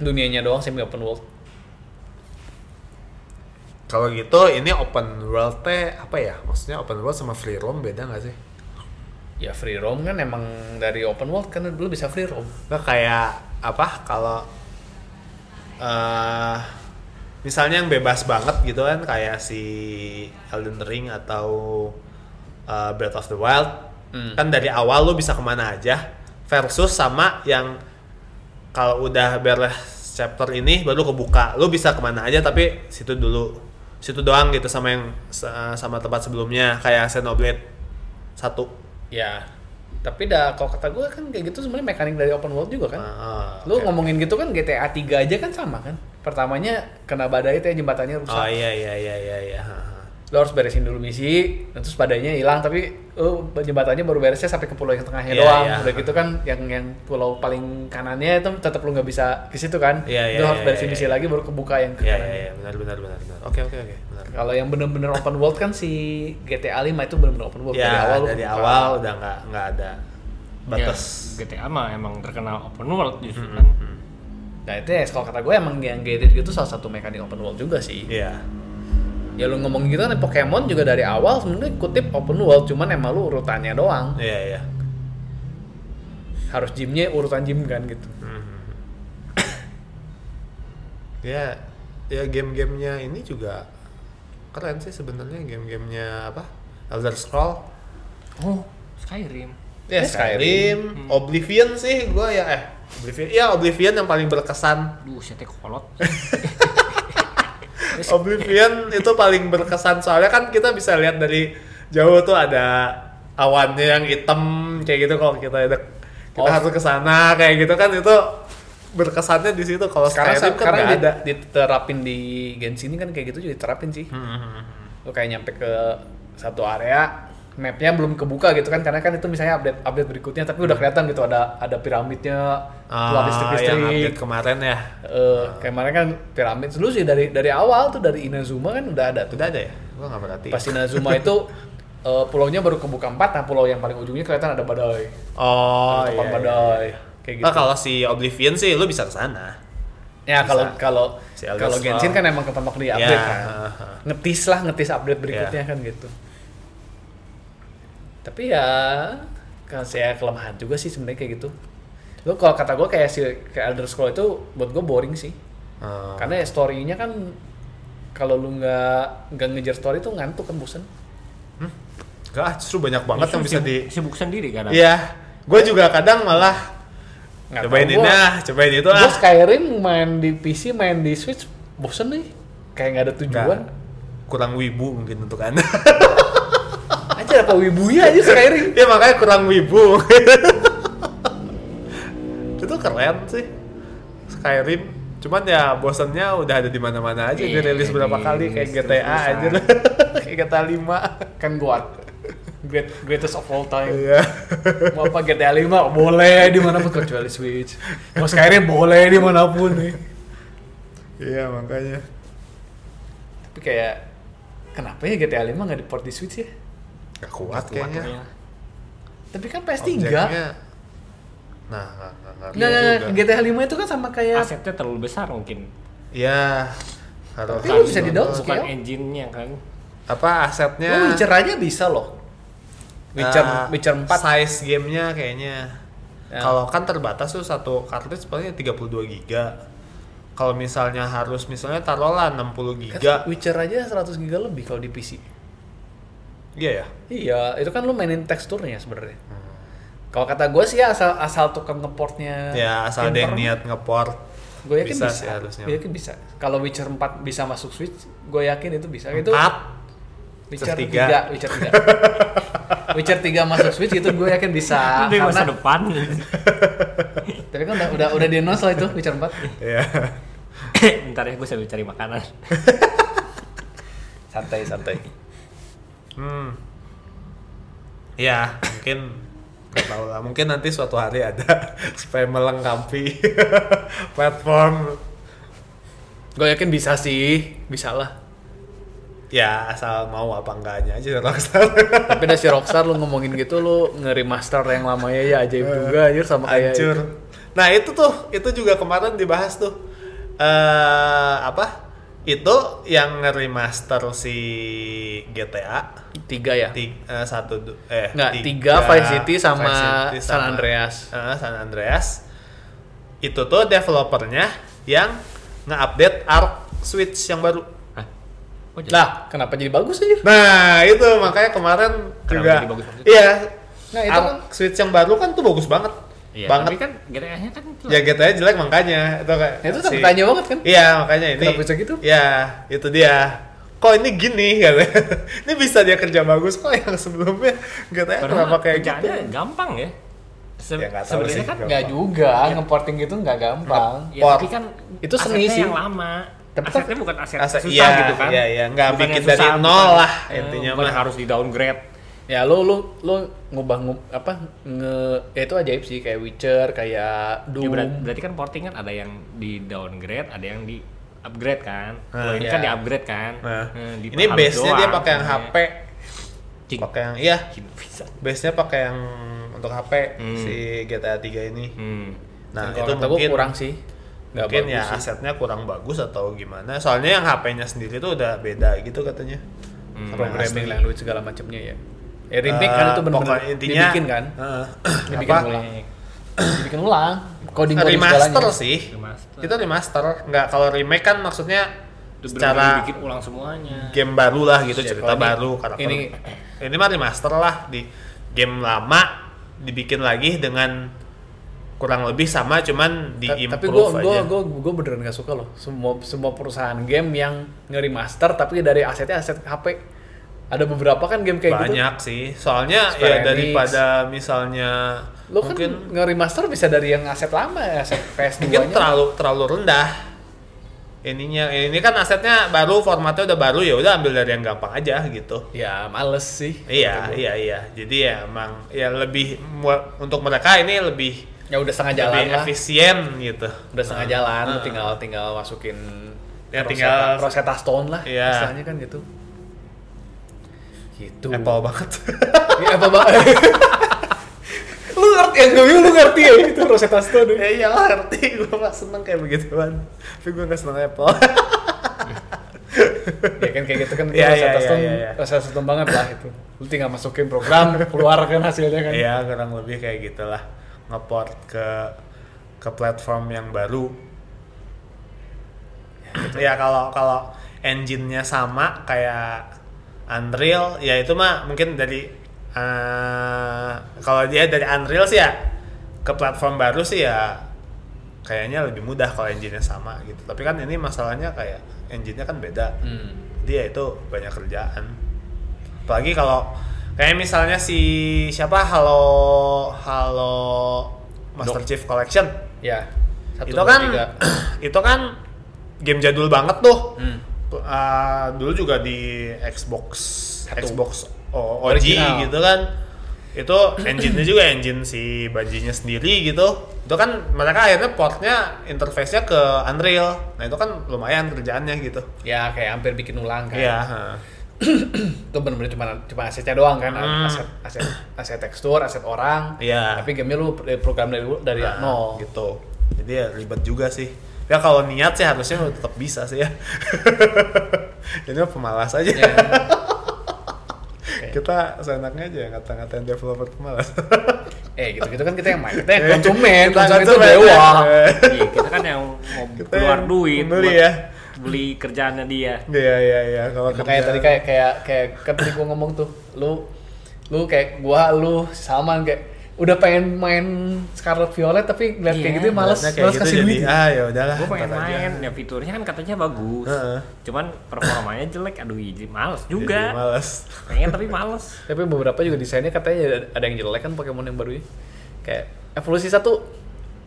[SPEAKER 1] dunianya doang semi open world
[SPEAKER 2] Kalau gitu ini open world teh apa ya? Maksudnya open world sama free roam beda nggak sih?
[SPEAKER 1] ya free roam kan emang dari open world kan dulu bisa free roam
[SPEAKER 2] Nah, kayak apa kalau eh misalnya yang bebas banget gitu kan kayak si Elden Ring atau eh, Breath of the Wild
[SPEAKER 1] Hmm.
[SPEAKER 2] kan dari awal lu bisa kemana aja versus sama yang kalau udah beres chapter ini baru kebuka lu bisa kemana aja tapi situ dulu situ doang gitu sama yang eh, sama tempat sebelumnya kayak Xenoblade satu
[SPEAKER 1] ya tapi dah kalau kata gue kan kayak gitu sebenarnya mekanik dari open world juga kan
[SPEAKER 2] Ah,
[SPEAKER 1] Lu
[SPEAKER 2] oke.
[SPEAKER 1] ngomongin gitu kan GTA 3 aja kan sama kan? Pertamanya kena badai teh jembatannya rusak.
[SPEAKER 2] oh iya iya iya iya iya Ha, ha.
[SPEAKER 1] Lu harus beresin dulu misi, terus badainya hilang tapi lu jembatannya baru beresnya sampai ke pulau yang tengahnya
[SPEAKER 2] Iya,
[SPEAKER 1] doang.
[SPEAKER 2] iya.
[SPEAKER 1] Udah gitu kan yang yang pulau paling kanannya itu tetap lu nggak bisa ke situ kan.
[SPEAKER 2] Iya, iya,
[SPEAKER 1] lu harus
[SPEAKER 2] iya,
[SPEAKER 1] beresin
[SPEAKER 2] iya,
[SPEAKER 1] misi
[SPEAKER 2] iya.
[SPEAKER 1] lagi baru kebuka yang ke
[SPEAKER 2] Iya
[SPEAKER 1] kanan.
[SPEAKER 2] iya iya benar benar benar benar. Oke oke oke benar.
[SPEAKER 1] Kalau yang bener-bener open world kan si GTA 5 itu bener-bener open world
[SPEAKER 2] Ya dari awal,
[SPEAKER 1] lu kebuka.
[SPEAKER 2] udah nggak nggak ada batas. Mm-hmm.
[SPEAKER 4] Ya, GTA mah emang terkenal open world justru kan.
[SPEAKER 1] Nah itu ya kalau kata gue emang yang gated gitu salah satu mekanik open world juga sih.
[SPEAKER 2] Iya.
[SPEAKER 1] Ya lu ngomong gitu kan Pokemon juga dari awal sebenarnya kutip open world cuman emang lu urutannya doang.
[SPEAKER 2] Iya iya.
[SPEAKER 1] Harus gymnya urutan gym kan gitu.
[SPEAKER 2] Mhm. Ya ya game-gamenya ini juga keren sih sebenarnya game-gamenya apa Elder Scroll. Mm-hmm.
[SPEAKER 4] Oh, Skyrim.
[SPEAKER 2] Ya Skyrim, Oblivion sih gua ya eh Oblivion. Ya Oblivion yang paling berkesan.
[SPEAKER 4] Duh, saya teh kolot.
[SPEAKER 2] Oblivion itu paling berkesan soalnya kan kita bisa lihat dari jauh tuh ada awannya yang hitam kayak gitu kalau kita dek- kita
[SPEAKER 1] Oh.
[SPEAKER 2] harus ke sana kayak gitu kan itu berkesannya di situ kalau
[SPEAKER 1] Sekarang
[SPEAKER 2] Skyrim kan
[SPEAKER 1] sekarang
[SPEAKER 2] nggak
[SPEAKER 1] di-
[SPEAKER 2] ada.
[SPEAKER 1] diterapin di Genshin ini kan kayak gitu juga diterapin sih. Lu kayak nyampe ke satu area mapnya belum kebuka gitu kan karena kan itu misalnya update update berikutnya tapi udah kelihatan gitu ada ada piramidnya keluar
[SPEAKER 2] Ah, yang update
[SPEAKER 1] listrik-listrik
[SPEAKER 2] kemarin ya.
[SPEAKER 1] Eh, kemarin kan piramid dulu sih dari dari awal tuh dari Inazuma kan udah ada tuh
[SPEAKER 2] Udah ada ya? Gua nggak berarti.
[SPEAKER 1] Pas Inazuma itu eh, pulaunya baru kebuka empat, nah pulau yang paling ujungnya kelihatan ada badai.
[SPEAKER 2] Oh
[SPEAKER 1] Ada
[SPEAKER 2] iya.
[SPEAKER 1] topan
[SPEAKER 2] iya,
[SPEAKER 1] badai.
[SPEAKER 2] iya.
[SPEAKER 1] Kayak
[SPEAKER 2] Nah,
[SPEAKER 1] gitu.
[SPEAKER 2] kalau si Oblivion sih lu bisa ke sana.
[SPEAKER 1] ya kalau kalau
[SPEAKER 2] Si Elder
[SPEAKER 1] kalau
[SPEAKER 2] Scrolls.
[SPEAKER 1] Genshin kan emang kepentok di
[SPEAKER 2] Ya,
[SPEAKER 1] update kan.
[SPEAKER 2] ha-ha.
[SPEAKER 1] Ngetis lah, ngetis update berikutnya kan gitu. Tapi ya kan saya kelemahan juga sih sebenarnya kayak gitu. Lu kalau kata gue kayak si kayak Elder Scroll itu buat gue boring sih.
[SPEAKER 2] Hmm.
[SPEAKER 1] Karena ya story-nya kan kalau lu nggak nggak ngejar story itu ngantuk kan bosen.
[SPEAKER 2] Nggak, justru banyak banget yang bisa di
[SPEAKER 4] sibuk sendiri kan.
[SPEAKER 2] Iya. Gua juga kadang malah
[SPEAKER 1] Nggak
[SPEAKER 2] cobain
[SPEAKER 1] tahu
[SPEAKER 2] ini
[SPEAKER 1] gua.
[SPEAKER 2] ah, cobain itu
[SPEAKER 1] Gue
[SPEAKER 2] ah.
[SPEAKER 1] Skyrim main di PC, main di Switch, bosen nih. Kayak nggak ada tujuan.
[SPEAKER 2] Nggak. kurang wibu mungkin untuk anda
[SPEAKER 1] Aja apa wibunya aja Skyrim.
[SPEAKER 2] ya makanya kurang wibu itu keren sih Skyrim cuman ya bosannya udah ada di mana-mana aja
[SPEAKER 4] Iya,
[SPEAKER 2] dirilis berapa
[SPEAKER 4] di-
[SPEAKER 2] kali kayak
[SPEAKER 4] terus-terusan.
[SPEAKER 2] GTA aja kayak GTA 5
[SPEAKER 1] Kan gua
[SPEAKER 3] great, greatest of all time.
[SPEAKER 2] Iya.
[SPEAKER 3] Mau apa GTA 5 boleh dimanapun kecuali Switch. Mau Skyrim boleh dimanapun nih.
[SPEAKER 2] Iya makanya.
[SPEAKER 3] Tapi kayak kenapa ya GTA 5 nggak di port di Switch ya?
[SPEAKER 2] Gak kuat
[SPEAKER 4] iya.
[SPEAKER 2] kayaknya.
[SPEAKER 3] Tapi kan PS3.
[SPEAKER 2] Objeknya- Nah, nggak nggak nggak
[SPEAKER 3] Nggak,
[SPEAKER 2] bisa
[SPEAKER 3] nggak,
[SPEAKER 2] juga.
[SPEAKER 3] GTA 5 itu kan sama kayak
[SPEAKER 4] Asetnya terlalu besar mungkin.
[SPEAKER 2] Iya. Kalau
[SPEAKER 3] Tapi lu bisa
[SPEAKER 2] kalau-
[SPEAKER 3] di-download.
[SPEAKER 4] Bukan
[SPEAKER 3] Oke.
[SPEAKER 4] engine-nya kan.
[SPEAKER 2] Apa asetnya?
[SPEAKER 1] Lu Witcher aja bisa loh. Witcher,
[SPEAKER 2] Nah,
[SPEAKER 1] Witcher 4.
[SPEAKER 2] Size gamenya kayaknya.
[SPEAKER 1] Ya.
[SPEAKER 2] Kalau kan terbatas tuh satu cartridge palingnya 32 giga. Kalau misalnya harus misalnya taruhlah 60 giga.
[SPEAKER 1] Witcher aja 100 giga lebih kalau di PC.
[SPEAKER 2] Iya ya.
[SPEAKER 1] Iya, itu kan lu mainin teksturnya sebenarnya. Kalau kata gue sih ya asal asal tukang ngeportnya.
[SPEAKER 2] Ya asal ada yang niat ngeport.
[SPEAKER 1] Gue yakin bisa.
[SPEAKER 2] sih harusnya.
[SPEAKER 1] Gue yakin bisa. Kalau Witcher 4 bisa masuk Switch, gue yakin itu bisa. Itu
[SPEAKER 2] Empat.
[SPEAKER 1] Witcher
[SPEAKER 2] Terus tiga.
[SPEAKER 1] 3, Witcher 3. Witcher 3 masuk Switch itu gue yakin
[SPEAKER 2] Ah,
[SPEAKER 1] bisa.
[SPEAKER 4] Itu di masa
[SPEAKER 1] Karena,
[SPEAKER 4] depan.
[SPEAKER 1] tapi kan udah udah, udah di announce lah itu Witcher 4.
[SPEAKER 2] Iya.
[SPEAKER 4] Bentar ya gue sambil cari makanan.
[SPEAKER 1] Santai santai.
[SPEAKER 2] Hmm. Ya, mungkin nggak tahu lah. Mungkin nanti suatu hari ada supaya melengkapi platform.
[SPEAKER 1] Gue yakin bisa sih, bisa lah.
[SPEAKER 2] Ya asal mau apa enggaknya aja
[SPEAKER 1] Tapi dari si Rockstar lu ngomongin gitu lu nge-remaster yang lamanya ya ajaib juga anjir sama kayak
[SPEAKER 2] hancur. Nah itu tuh, itu juga kemarin dibahas tuh. eh apa? Itu yang remaster si GTA
[SPEAKER 1] tiga ya.
[SPEAKER 2] ti- eh, satu du- eh
[SPEAKER 1] Nggak, tiga, Vice City sama San Andreas.
[SPEAKER 2] Eh, San Andreas. Itu tuh developernya yang nge-update Arc Switch yang baru.
[SPEAKER 4] Hah? Oh, jadi-
[SPEAKER 1] Lah, kenapa jadi bagus anjir?
[SPEAKER 2] Nah, itu makanya kemarin
[SPEAKER 4] Kenapa
[SPEAKER 2] juga
[SPEAKER 4] jadi bagus maksudnya?
[SPEAKER 2] Iya.
[SPEAKER 1] Nah, itu
[SPEAKER 2] Arc
[SPEAKER 1] kan-
[SPEAKER 2] Switch yang baru kan tuh bagus banget.
[SPEAKER 4] Iya,
[SPEAKER 2] banget
[SPEAKER 4] tapi kan GTA-nya kan itu.
[SPEAKER 2] ya GTA jelek makanya itu kayak
[SPEAKER 1] Nah, itu
[SPEAKER 2] si-
[SPEAKER 1] tanya banget kan?
[SPEAKER 2] iya makanya ini
[SPEAKER 1] Kenapa bisa gitu?
[SPEAKER 2] ya itu dia kok ini gini katanya ini bisa dia kerja bagus kok yang sebelumnya GTA
[SPEAKER 4] Padahal
[SPEAKER 2] kenapa kayak gitu
[SPEAKER 4] kerjaannya gampang ya. Se-
[SPEAKER 2] Ya, nggak tahu
[SPEAKER 4] Sebenarnya
[SPEAKER 2] sih.
[SPEAKER 4] kan
[SPEAKER 1] Nggak juga, ngeporting gitu nggak gampang.
[SPEAKER 4] Ya, tapi kan
[SPEAKER 1] Itu seni
[SPEAKER 4] asetnya
[SPEAKER 1] sih.
[SPEAKER 4] yang lama.
[SPEAKER 1] Tapi kan-
[SPEAKER 4] asetnya bukan aset,
[SPEAKER 2] Aset-
[SPEAKER 4] susah
[SPEAKER 2] iya,
[SPEAKER 4] gitu kan.
[SPEAKER 2] iya, iya. Nggak
[SPEAKER 4] Bukan
[SPEAKER 2] bikin
[SPEAKER 4] yang susah,
[SPEAKER 2] dari
[SPEAKER 4] bukan-
[SPEAKER 2] nol lah,
[SPEAKER 4] eh,
[SPEAKER 2] intinya
[SPEAKER 4] bukan
[SPEAKER 2] mah.
[SPEAKER 4] harus di downgrade.
[SPEAKER 1] Ya lu lu lu ngubah ngub, apa nge ya itu ajaib sih kayak Witcher, kayak
[SPEAKER 4] Ya,
[SPEAKER 1] Doom.
[SPEAKER 4] berarti, berarti kan porting kan ada yang di downgrade, ada yang di upgrade kan. Kalau
[SPEAKER 2] Nah,
[SPEAKER 4] ini
[SPEAKER 1] iya.
[SPEAKER 4] kan di upgrade kan.
[SPEAKER 2] nah,
[SPEAKER 1] Hmm,
[SPEAKER 4] Eh, di
[SPEAKER 2] ini
[SPEAKER 4] perhalus
[SPEAKER 2] base nya dia
[SPEAKER 4] doang
[SPEAKER 2] pakai yang
[SPEAKER 4] sebenarnya.
[SPEAKER 2] HP
[SPEAKER 4] Cing.
[SPEAKER 2] pakai yang iya
[SPEAKER 4] Gini bisa.
[SPEAKER 2] base nya pakai yang untuk HP
[SPEAKER 4] Hmm.
[SPEAKER 2] si GTA 3 ini
[SPEAKER 4] Hmm.
[SPEAKER 2] nah
[SPEAKER 1] Kalau
[SPEAKER 2] itu
[SPEAKER 1] kata gua
[SPEAKER 2] mungkin
[SPEAKER 1] kurang sih. Nggak
[SPEAKER 2] mungkin
[SPEAKER 1] bagus
[SPEAKER 2] ya
[SPEAKER 1] sih.
[SPEAKER 2] asetnya kurang bagus atau gimana soalnya yang HP-nya sendiri tuh udah beda gitu katanya
[SPEAKER 4] Hmm.
[SPEAKER 2] Sama yang
[SPEAKER 1] programming
[SPEAKER 2] asli.
[SPEAKER 1] language segala macamnya ya. Ya remake
[SPEAKER 2] Eh,
[SPEAKER 1] kan itu benar-benar
[SPEAKER 2] pokoknya intinya
[SPEAKER 1] dibikin kan?
[SPEAKER 2] eh,
[SPEAKER 1] Dibikin
[SPEAKER 2] apa?
[SPEAKER 1] ulang. Dibikin ulang. Coding coding
[SPEAKER 2] remaster
[SPEAKER 1] segalanya.
[SPEAKER 2] sih
[SPEAKER 4] Remaster.
[SPEAKER 2] itu remaster nggak kalau remake kan maksudnya
[SPEAKER 4] Itu
[SPEAKER 2] secara
[SPEAKER 4] benar-benar bikin ulang semuanya.
[SPEAKER 2] game baru lah gitu
[SPEAKER 1] Ya,
[SPEAKER 2] cerita
[SPEAKER 1] kalau ini-
[SPEAKER 2] baru karakter ini
[SPEAKER 1] ini-
[SPEAKER 2] ini mah remaster lah di game lama dibikin lagi dengan kurang lebih sama cuman di
[SPEAKER 1] Ta- Tapi gue
[SPEAKER 2] improve
[SPEAKER 1] gue
[SPEAKER 2] aja
[SPEAKER 1] gue gue beneran gak suka loh semua semua perusahaan game yang ngeri master tapi dari asetnya aset HP ada beberapa kan game kayak gitu.
[SPEAKER 2] banyak sih soalnya
[SPEAKER 1] Square
[SPEAKER 2] ya
[SPEAKER 1] Enix.
[SPEAKER 2] daripada misalnya
[SPEAKER 1] Lo kan
[SPEAKER 2] mungkin
[SPEAKER 1] ngeri master bisa dari yang aset lama ya, aset PS2
[SPEAKER 2] mungkin
[SPEAKER 1] nya.
[SPEAKER 2] terlalu terlalu rendah ininya ini kan asetnya baru formatnya udah baru ya udah ambil dari yang gampang aja gitu
[SPEAKER 1] Ya males sih.
[SPEAKER 2] iya iya iya jadi ya emang ya lebih mu- untuk mereka ini lebih
[SPEAKER 1] Ya udah setengah jalan
[SPEAKER 2] lebih
[SPEAKER 1] lah.
[SPEAKER 2] efisien gitu
[SPEAKER 1] Udah setengah jalan, lo tinggal tinggal masukin
[SPEAKER 2] Ya,
[SPEAKER 1] Rosetta-
[SPEAKER 2] tinggal-
[SPEAKER 1] Rosetta Stone lah
[SPEAKER 2] Iya.
[SPEAKER 1] istilahnya kan gitu. Gitu.
[SPEAKER 2] Apple banget
[SPEAKER 1] Iya, apa ba- lu ngerti ya, gue lu ngerti ya itu Rosetta Stone.
[SPEAKER 2] ya iyalah ngerti gue gak seneng kayak begituan tapi gue gak seneng Apple
[SPEAKER 1] ya kan kayak gitu kan
[SPEAKER 2] Iya,
[SPEAKER 1] rasa
[SPEAKER 2] iya, iya,
[SPEAKER 1] custom
[SPEAKER 2] iya, iya.
[SPEAKER 1] rasa custom banget lah itu lu tinggal masukin program keluar kan hasilnya kan
[SPEAKER 2] ya kurang lebih kayak gitulah ngeport ke ke platform yang baru ya kalau kalau engine-nya sama kayak Unreal ya itu mah mungkin dari eh, kalau dia dari Unreal sih ya ke platform baru sih ya kayaknya lebih mudah kalau engine-nya sama gitu tapi kan ini masalahnya kayak engine-nya kan beda
[SPEAKER 1] Hmm,
[SPEAKER 2] dia itu banyak kerjaan apalagi kalau kayak misalnya si siapa halo halo Master Chief Collection
[SPEAKER 1] ya satu,
[SPEAKER 2] itu
[SPEAKER 1] dua,
[SPEAKER 2] kan
[SPEAKER 1] tiga.
[SPEAKER 2] itu kan game jadul banget tuh
[SPEAKER 1] Hmm.
[SPEAKER 2] Eh, dulu juga di Xbox
[SPEAKER 1] Satu.
[SPEAKER 2] Xbox O- OG
[SPEAKER 1] Original.
[SPEAKER 2] gitu kan itu engine-nya juga engine si Bungie-nya sendiri gitu itu kan mereka akhirnya portnya interface-nya ke Unreal nah itu kan lumayan kerjaannya gitu
[SPEAKER 1] ya kayak hampir bikin ulang kan
[SPEAKER 2] iya heeh.
[SPEAKER 1] itu bener-bener cuma cuma asetnya doang kan aset, aset aset tekstur aset orang
[SPEAKER 2] Hmm. Iya.
[SPEAKER 1] tapi gamenya lu eh, program dari dari
[SPEAKER 2] Nah,
[SPEAKER 1] nol gitu
[SPEAKER 2] gitu jadi ya ribet juga sih ya kalau niat sih harusnya tetap bisa sih ya ini mah pemalas aja
[SPEAKER 1] Iya.
[SPEAKER 2] kita seenaknya aja ngata-ngatain developer pemalas
[SPEAKER 1] eh gitu gitu kan kita yang main kita yang konsumen
[SPEAKER 2] Iya. Kita
[SPEAKER 1] konsumen itu
[SPEAKER 2] konsumen,
[SPEAKER 1] dewa
[SPEAKER 2] ya.
[SPEAKER 4] Iya, kita kan yang mau
[SPEAKER 2] Kita
[SPEAKER 4] keluar
[SPEAKER 2] yang
[SPEAKER 4] duit
[SPEAKER 2] membeli
[SPEAKER 4] buat
[SPEAKER 2] ya.
[SPEAKER 4] beli kerjaannya dia.
[SPEAKER 2] iya iya iya kalau
[SPEAKER 1] Itu kayak
[SPEAKER 2] kerja-
[SPEAKER 1] tadi kayak kayak kayak kan tadi gua ngomong tuh lu lu kayak gua lu sama kayak udah pengen main Scarlet Violet tapi ngeliat kayak
[SPEAKER 4] Iya,
[SPEAKER 1] gitu males
[SPEAKER 2] Nah,
[SPEAKER 1] males kasih
[SPEAKER 2] jadi
[SPEAKER 1] duit
[SPEAKER 2] ah ya udahlah
[SPEAKER 4] Gue pengen
[SPEAKER 2] ntar aja.
[SPEAKER 4] main, ya fiturnya kan katanya bagus.
[SPEAKER 2] Heeh.
[SPEAKER 4] Cuman performanya jelek, aduh jadi males
[SPEAKER 2] Jadi
[SPEAKER 4] juga.
[SPEAKER 2] males
[SPEAKER 4] Pengen tapi males.
[SPEAKER 1] tapi beberapa juga desainnya katanya ada- ada yang jelek kan Pokemon yang baru ini kayak evolusi satu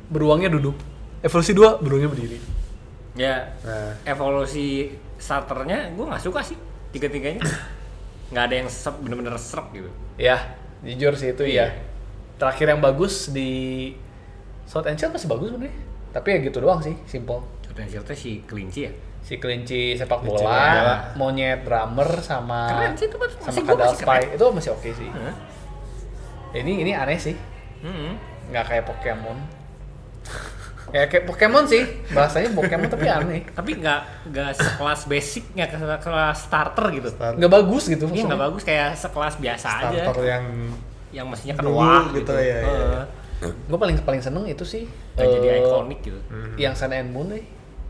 [SPEAKER 1] beruangnya duduk evolusi dua beruangnya berdiri
[SPEAKER 4] Ya,
[SPEAKER 2] Nah.
[SPEAKER 4] evolusi starternya gue nggak suka sih tiga-tiganya. nggak ada yang sep, bener-bener serap gitu.
[SPEAKER 1] ya jujur sih itu ya terakhir yang bagus di Sword and Shield masih bagus sebenarnya tapi ya gitu doang sih simple
[SPEAKER 4] Potensialnya si kelinci ya.
[SPEAKER 1] si kelinci sepak
[SPEAKER 2] Kelinci
[SPEAKER 1] bola,
[SPEAKER 2] sepak bola.
[SPEAKER 1] monyet drummer sama
[SPEAKER 4] Keren sih, itu masih-
[SPEAKER 1] sama
[SPEAKER 4] masih gua
[SPEAKER 1] kadal
[SPEAKER 4] masih
[SPEAKER 1] spy
[SPEAKER 4] keren.
[SPEAKER 1] itu masih oke sih
[SPEAKER 4] Heeh. Hmm.
[SPEAKER 1] ini ini aneh sih
[SPEAKER 4] Heeh.
[SPEAKER 1] nggak kayak Pokemon ya kayak Pokemon sih bahasanya Pokemon tapi aneh
[SPEAKER 4] Tapi nggak nggak sekelas basic, nggak ke- kelas starter gitu.
[SPEAKER 1] nggak bagus gitu
[SPEAKER 4] Iya nggak
[SPEAKER 1] maksudnya.
[SPEAKER 4] bagus kayak sekelas biasa aja.
[SPEAKER 2] starter yang
[SPEAKER 4] Yang mestinya kan
[SPEAKER 2] Dulu
[SPEAKER 4] wah
[SPEAKER 2] gitu,
[SPEAKER 4] gitu.
[SPEAKER 2] ya, ya,
[SPEAKER 4] Heeh.
[SPEAKER 2] ya.
[SPEAKER 1] gue paling paling seneng itu sih
[SPEAKER 4] Nggak jadi
[SPEAKER 1] eh,
[SPEAKER 4] ikonik gitu.
[SPEAKER 2] hmm.
[SPEAKER 1] yang Sun and Moon deh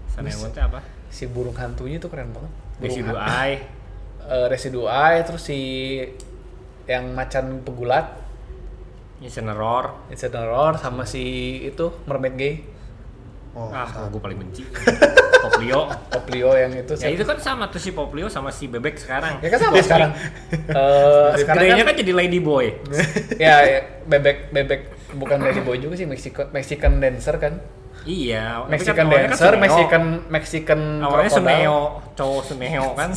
[SPEAKER 4] Sana yang itu apa?
[SPEAKER 1] si burung hantunya itu keren banget burung
[SPEAKER 4] Residu
[SPEAKER 1] han-
[SPEAKER 4] Eye.
[SPEAKER 1] eh, Residueye, terus si yang macan pegulat
[SPEAKER 4] Incineroar.
[SPEAKER 1] It's an Horror sama si itu Mermaid Gay
[SPEAKER 2] oh
[SPEAKER 4] ah,
[SPEAKER 2] salah.
[SPEAKER 4] gue paling benci. Poplio.
[SPEAKER 1] Poplio yang itu
[SPEAKER 4] Ya itu kan sama tuh si Poplio sama si Bebek sekarang.
[SPEAKER 1] Ya kan sama sekarang. Eh sekarang
[SPEAKER 4] Gedenya
[SPEAKER 1] kan,
[SPEAKER 4] kan jadi lady boy.
[SPEAKER 1] ya, ya, bebek bebek bukan dari boy juga sih Mexican Mexican dancer kan.
[SPEAKER 4] Iya, tapi kan
[SPEAKER 1] Mexican
[SPEAKER 4] awalnya kan
[SPEAKER 1] dancer,
[SPEAKER 4] Suneo.
[SPEAKER 1] Mexican Mexican
[SPEAKER 4] awalnya
[SPEAKER 1] crocodile.
[SPEAKER 4] Suneo, cowok Suneo kan.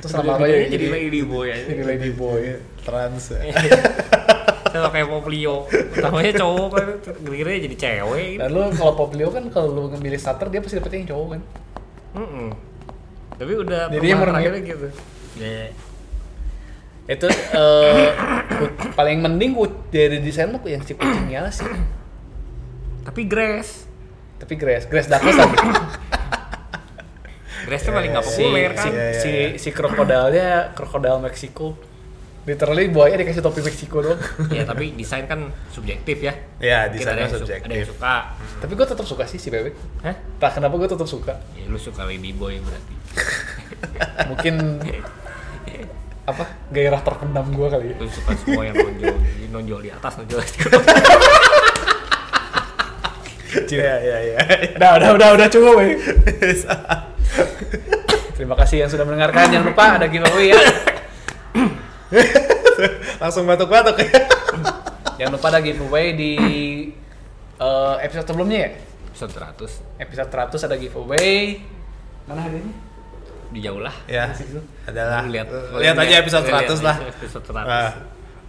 [SPEAKER 1] Terus sama apa jadi
[SPEAKER 4] jadi
[SPEAKER 1] jadi Iya,
[SPEAKER 4] lady boy aja.
[SPEAKER 1] jadi lady boy.
[SPEAKER 2] trans ya.
[SPEAKER 4] Sama kayak Poplio. Utamanya cowok kan gilirannya jadi cewek.
[SPEAKER 1] Dan lu kalau Poplio kan kalau lu ngambil starter dia pasti dapetnya yang cowok kan.
[SPEAKER 4] Mm-mm. Tapi
[SPEAKER 1] Jadi
[SPEAKER 4] udah perempuan
[SPEAKER 1] yang mermaid.
[SPEAKER 4] terakhirnya gitu. Ya.
[SPEAKER 1] Itu eh, ku- paling mending ku- dari desain lu yang si kucingnya sih.
[SPEAKER 4] Tapi Grace,
[SPEAKER 1] Tapi Grace, Grace Douglas lagi.
[SPEAKER 4] Grace tuh paling nggak
[SPEAKER 1] si
[SPEAKER 4] populer
[SPEAKER 1] si,
[SPEAKER 4] kan.
[SPEAKER 2] Iya, iya,
[SPEAKER 1] si,
[SPEAKER 2] iya.
[SPEAKER 1] si krokodilnya krokodil Meksiko. Literally buaya dikasih topi Meksiko doang.
[SPEAKER 4] ya tapi desain kan subjektif ya.
[SPEAKER 2] Iya,
[SPEAKER 4] Mungkin
[SPEAKER 2] desainnya
[SPEAKER 4] ada yang su-
[SPEAKER 2] subjektif.
[SPEAKER 4] Ada yang suka.
[SPEAKER 1] Tapi gue tetap suka sih si bebek.
[SPEAKER 4] Hah?
[SPEAKER 1] Entah kenapa gue tetap suka.
[SPEAKER 4] Ya, lu suka lady boy berarti. Eh,
[SPEAKER 1] Mungkin apa gairah terpendam gue kali ya.
[SPEAKER 4] Lu suka semua yang nonjol, Jadi nonjol di atas, nonjol di
[SPEAKER 2] iya iya iya
[SPEAKER 1] Udah, udah, udah, udah cukup ya. Terima kasih yang sudah mendengarkan. Jangan lupa ada giveaway ya.
[SPEAKER 2] langsung batuk-batuk ya
[SPEAKER 1] Jangan lupa ada giveaway di eh, episode sebelumnya ya.
[SPEAKER 4] Episode 100
[SPEAKER 1] Episode 100 ada giveaway. Mana hadiahnya?
[SPEAKER 4] di jauh lah.
[SPEAKER 2] ya adalah
[SPEAKER 4] Lu
[SPEAKER 2] lihat
[SPEAKER 4] lihat
[SPEAKER 2] lihat aja
[SPEAKER 4] ya.
[SPEAKER 2] episode
[SPEAKER 4] lihat
[SPEAKER 2] 100 lah
[SPEAKER 4] Episode
[SPEAKER 2] Nah,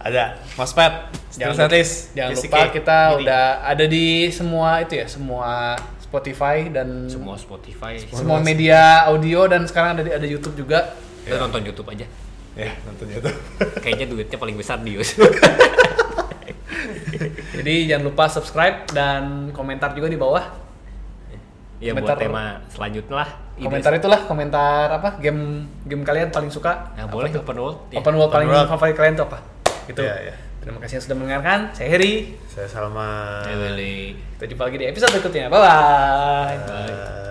[SPEAKER 4] 100.
[SPEAKER 2] ada Mas Pep
[SPEAKER 1] Jangan
[SPEAKER 2] terus Atis,
[SPEAKER 1] Jangan
[SPEAKER 2] Jessica.
[SPEAKER 1] lupa kita
[SPEAKER 2] Gini.
[SPEAKER 1] udah ada di semua itu ya, semua Spotify dan
[SPEAKER 4] Semua Spotify.
[SPEAKER 1] semua media audio dan sekarang ada di- ada YouTube juga.
[SPEAKER 2] Iya.
[SPEAKER 4] Lu nonton YouTube aja.
[SPEAKER 2] ya nontonnya tuh
[SPEAKER 4] Kayaknya duitnya paling besar di YouTube.
[SPEAKER 1] Jadi jangan lupa subscribe dan komentar juga di bawah.
[SPEAKER 4] ya
[SPEAKER 1] Komentar-
[SPEAKER 4] buat tema selanjutnya lah. Ide-
[SPEAKER 1] Komentar itulah komentar apa game game kalian paling suka.
[SPEAKER 4] Nah,
[SPEAKER 1] Apa
[SPEAKER 4] boleh
[SPEAKER 1] tuh?
[SPEAKER 4] open world. ya.
[SPEAKER 1] Open world paling
[SPEAKER 2] world.
[SPEAKER 1] favorit kalian tuh apa? Gitu.
[SPEAKER 2] Iya, iya.
[SPEAKER 1] Terima kasih yang sudah mendengarkan. Saya Heri.
[SPEAKER 2] saya Salma
[SPEAKER 4] Ya, boleh.
[SPEAKER 1] Kita jumpa lagi di episode berikutnya. Bye bye.
[SPEAKER 2] Eh,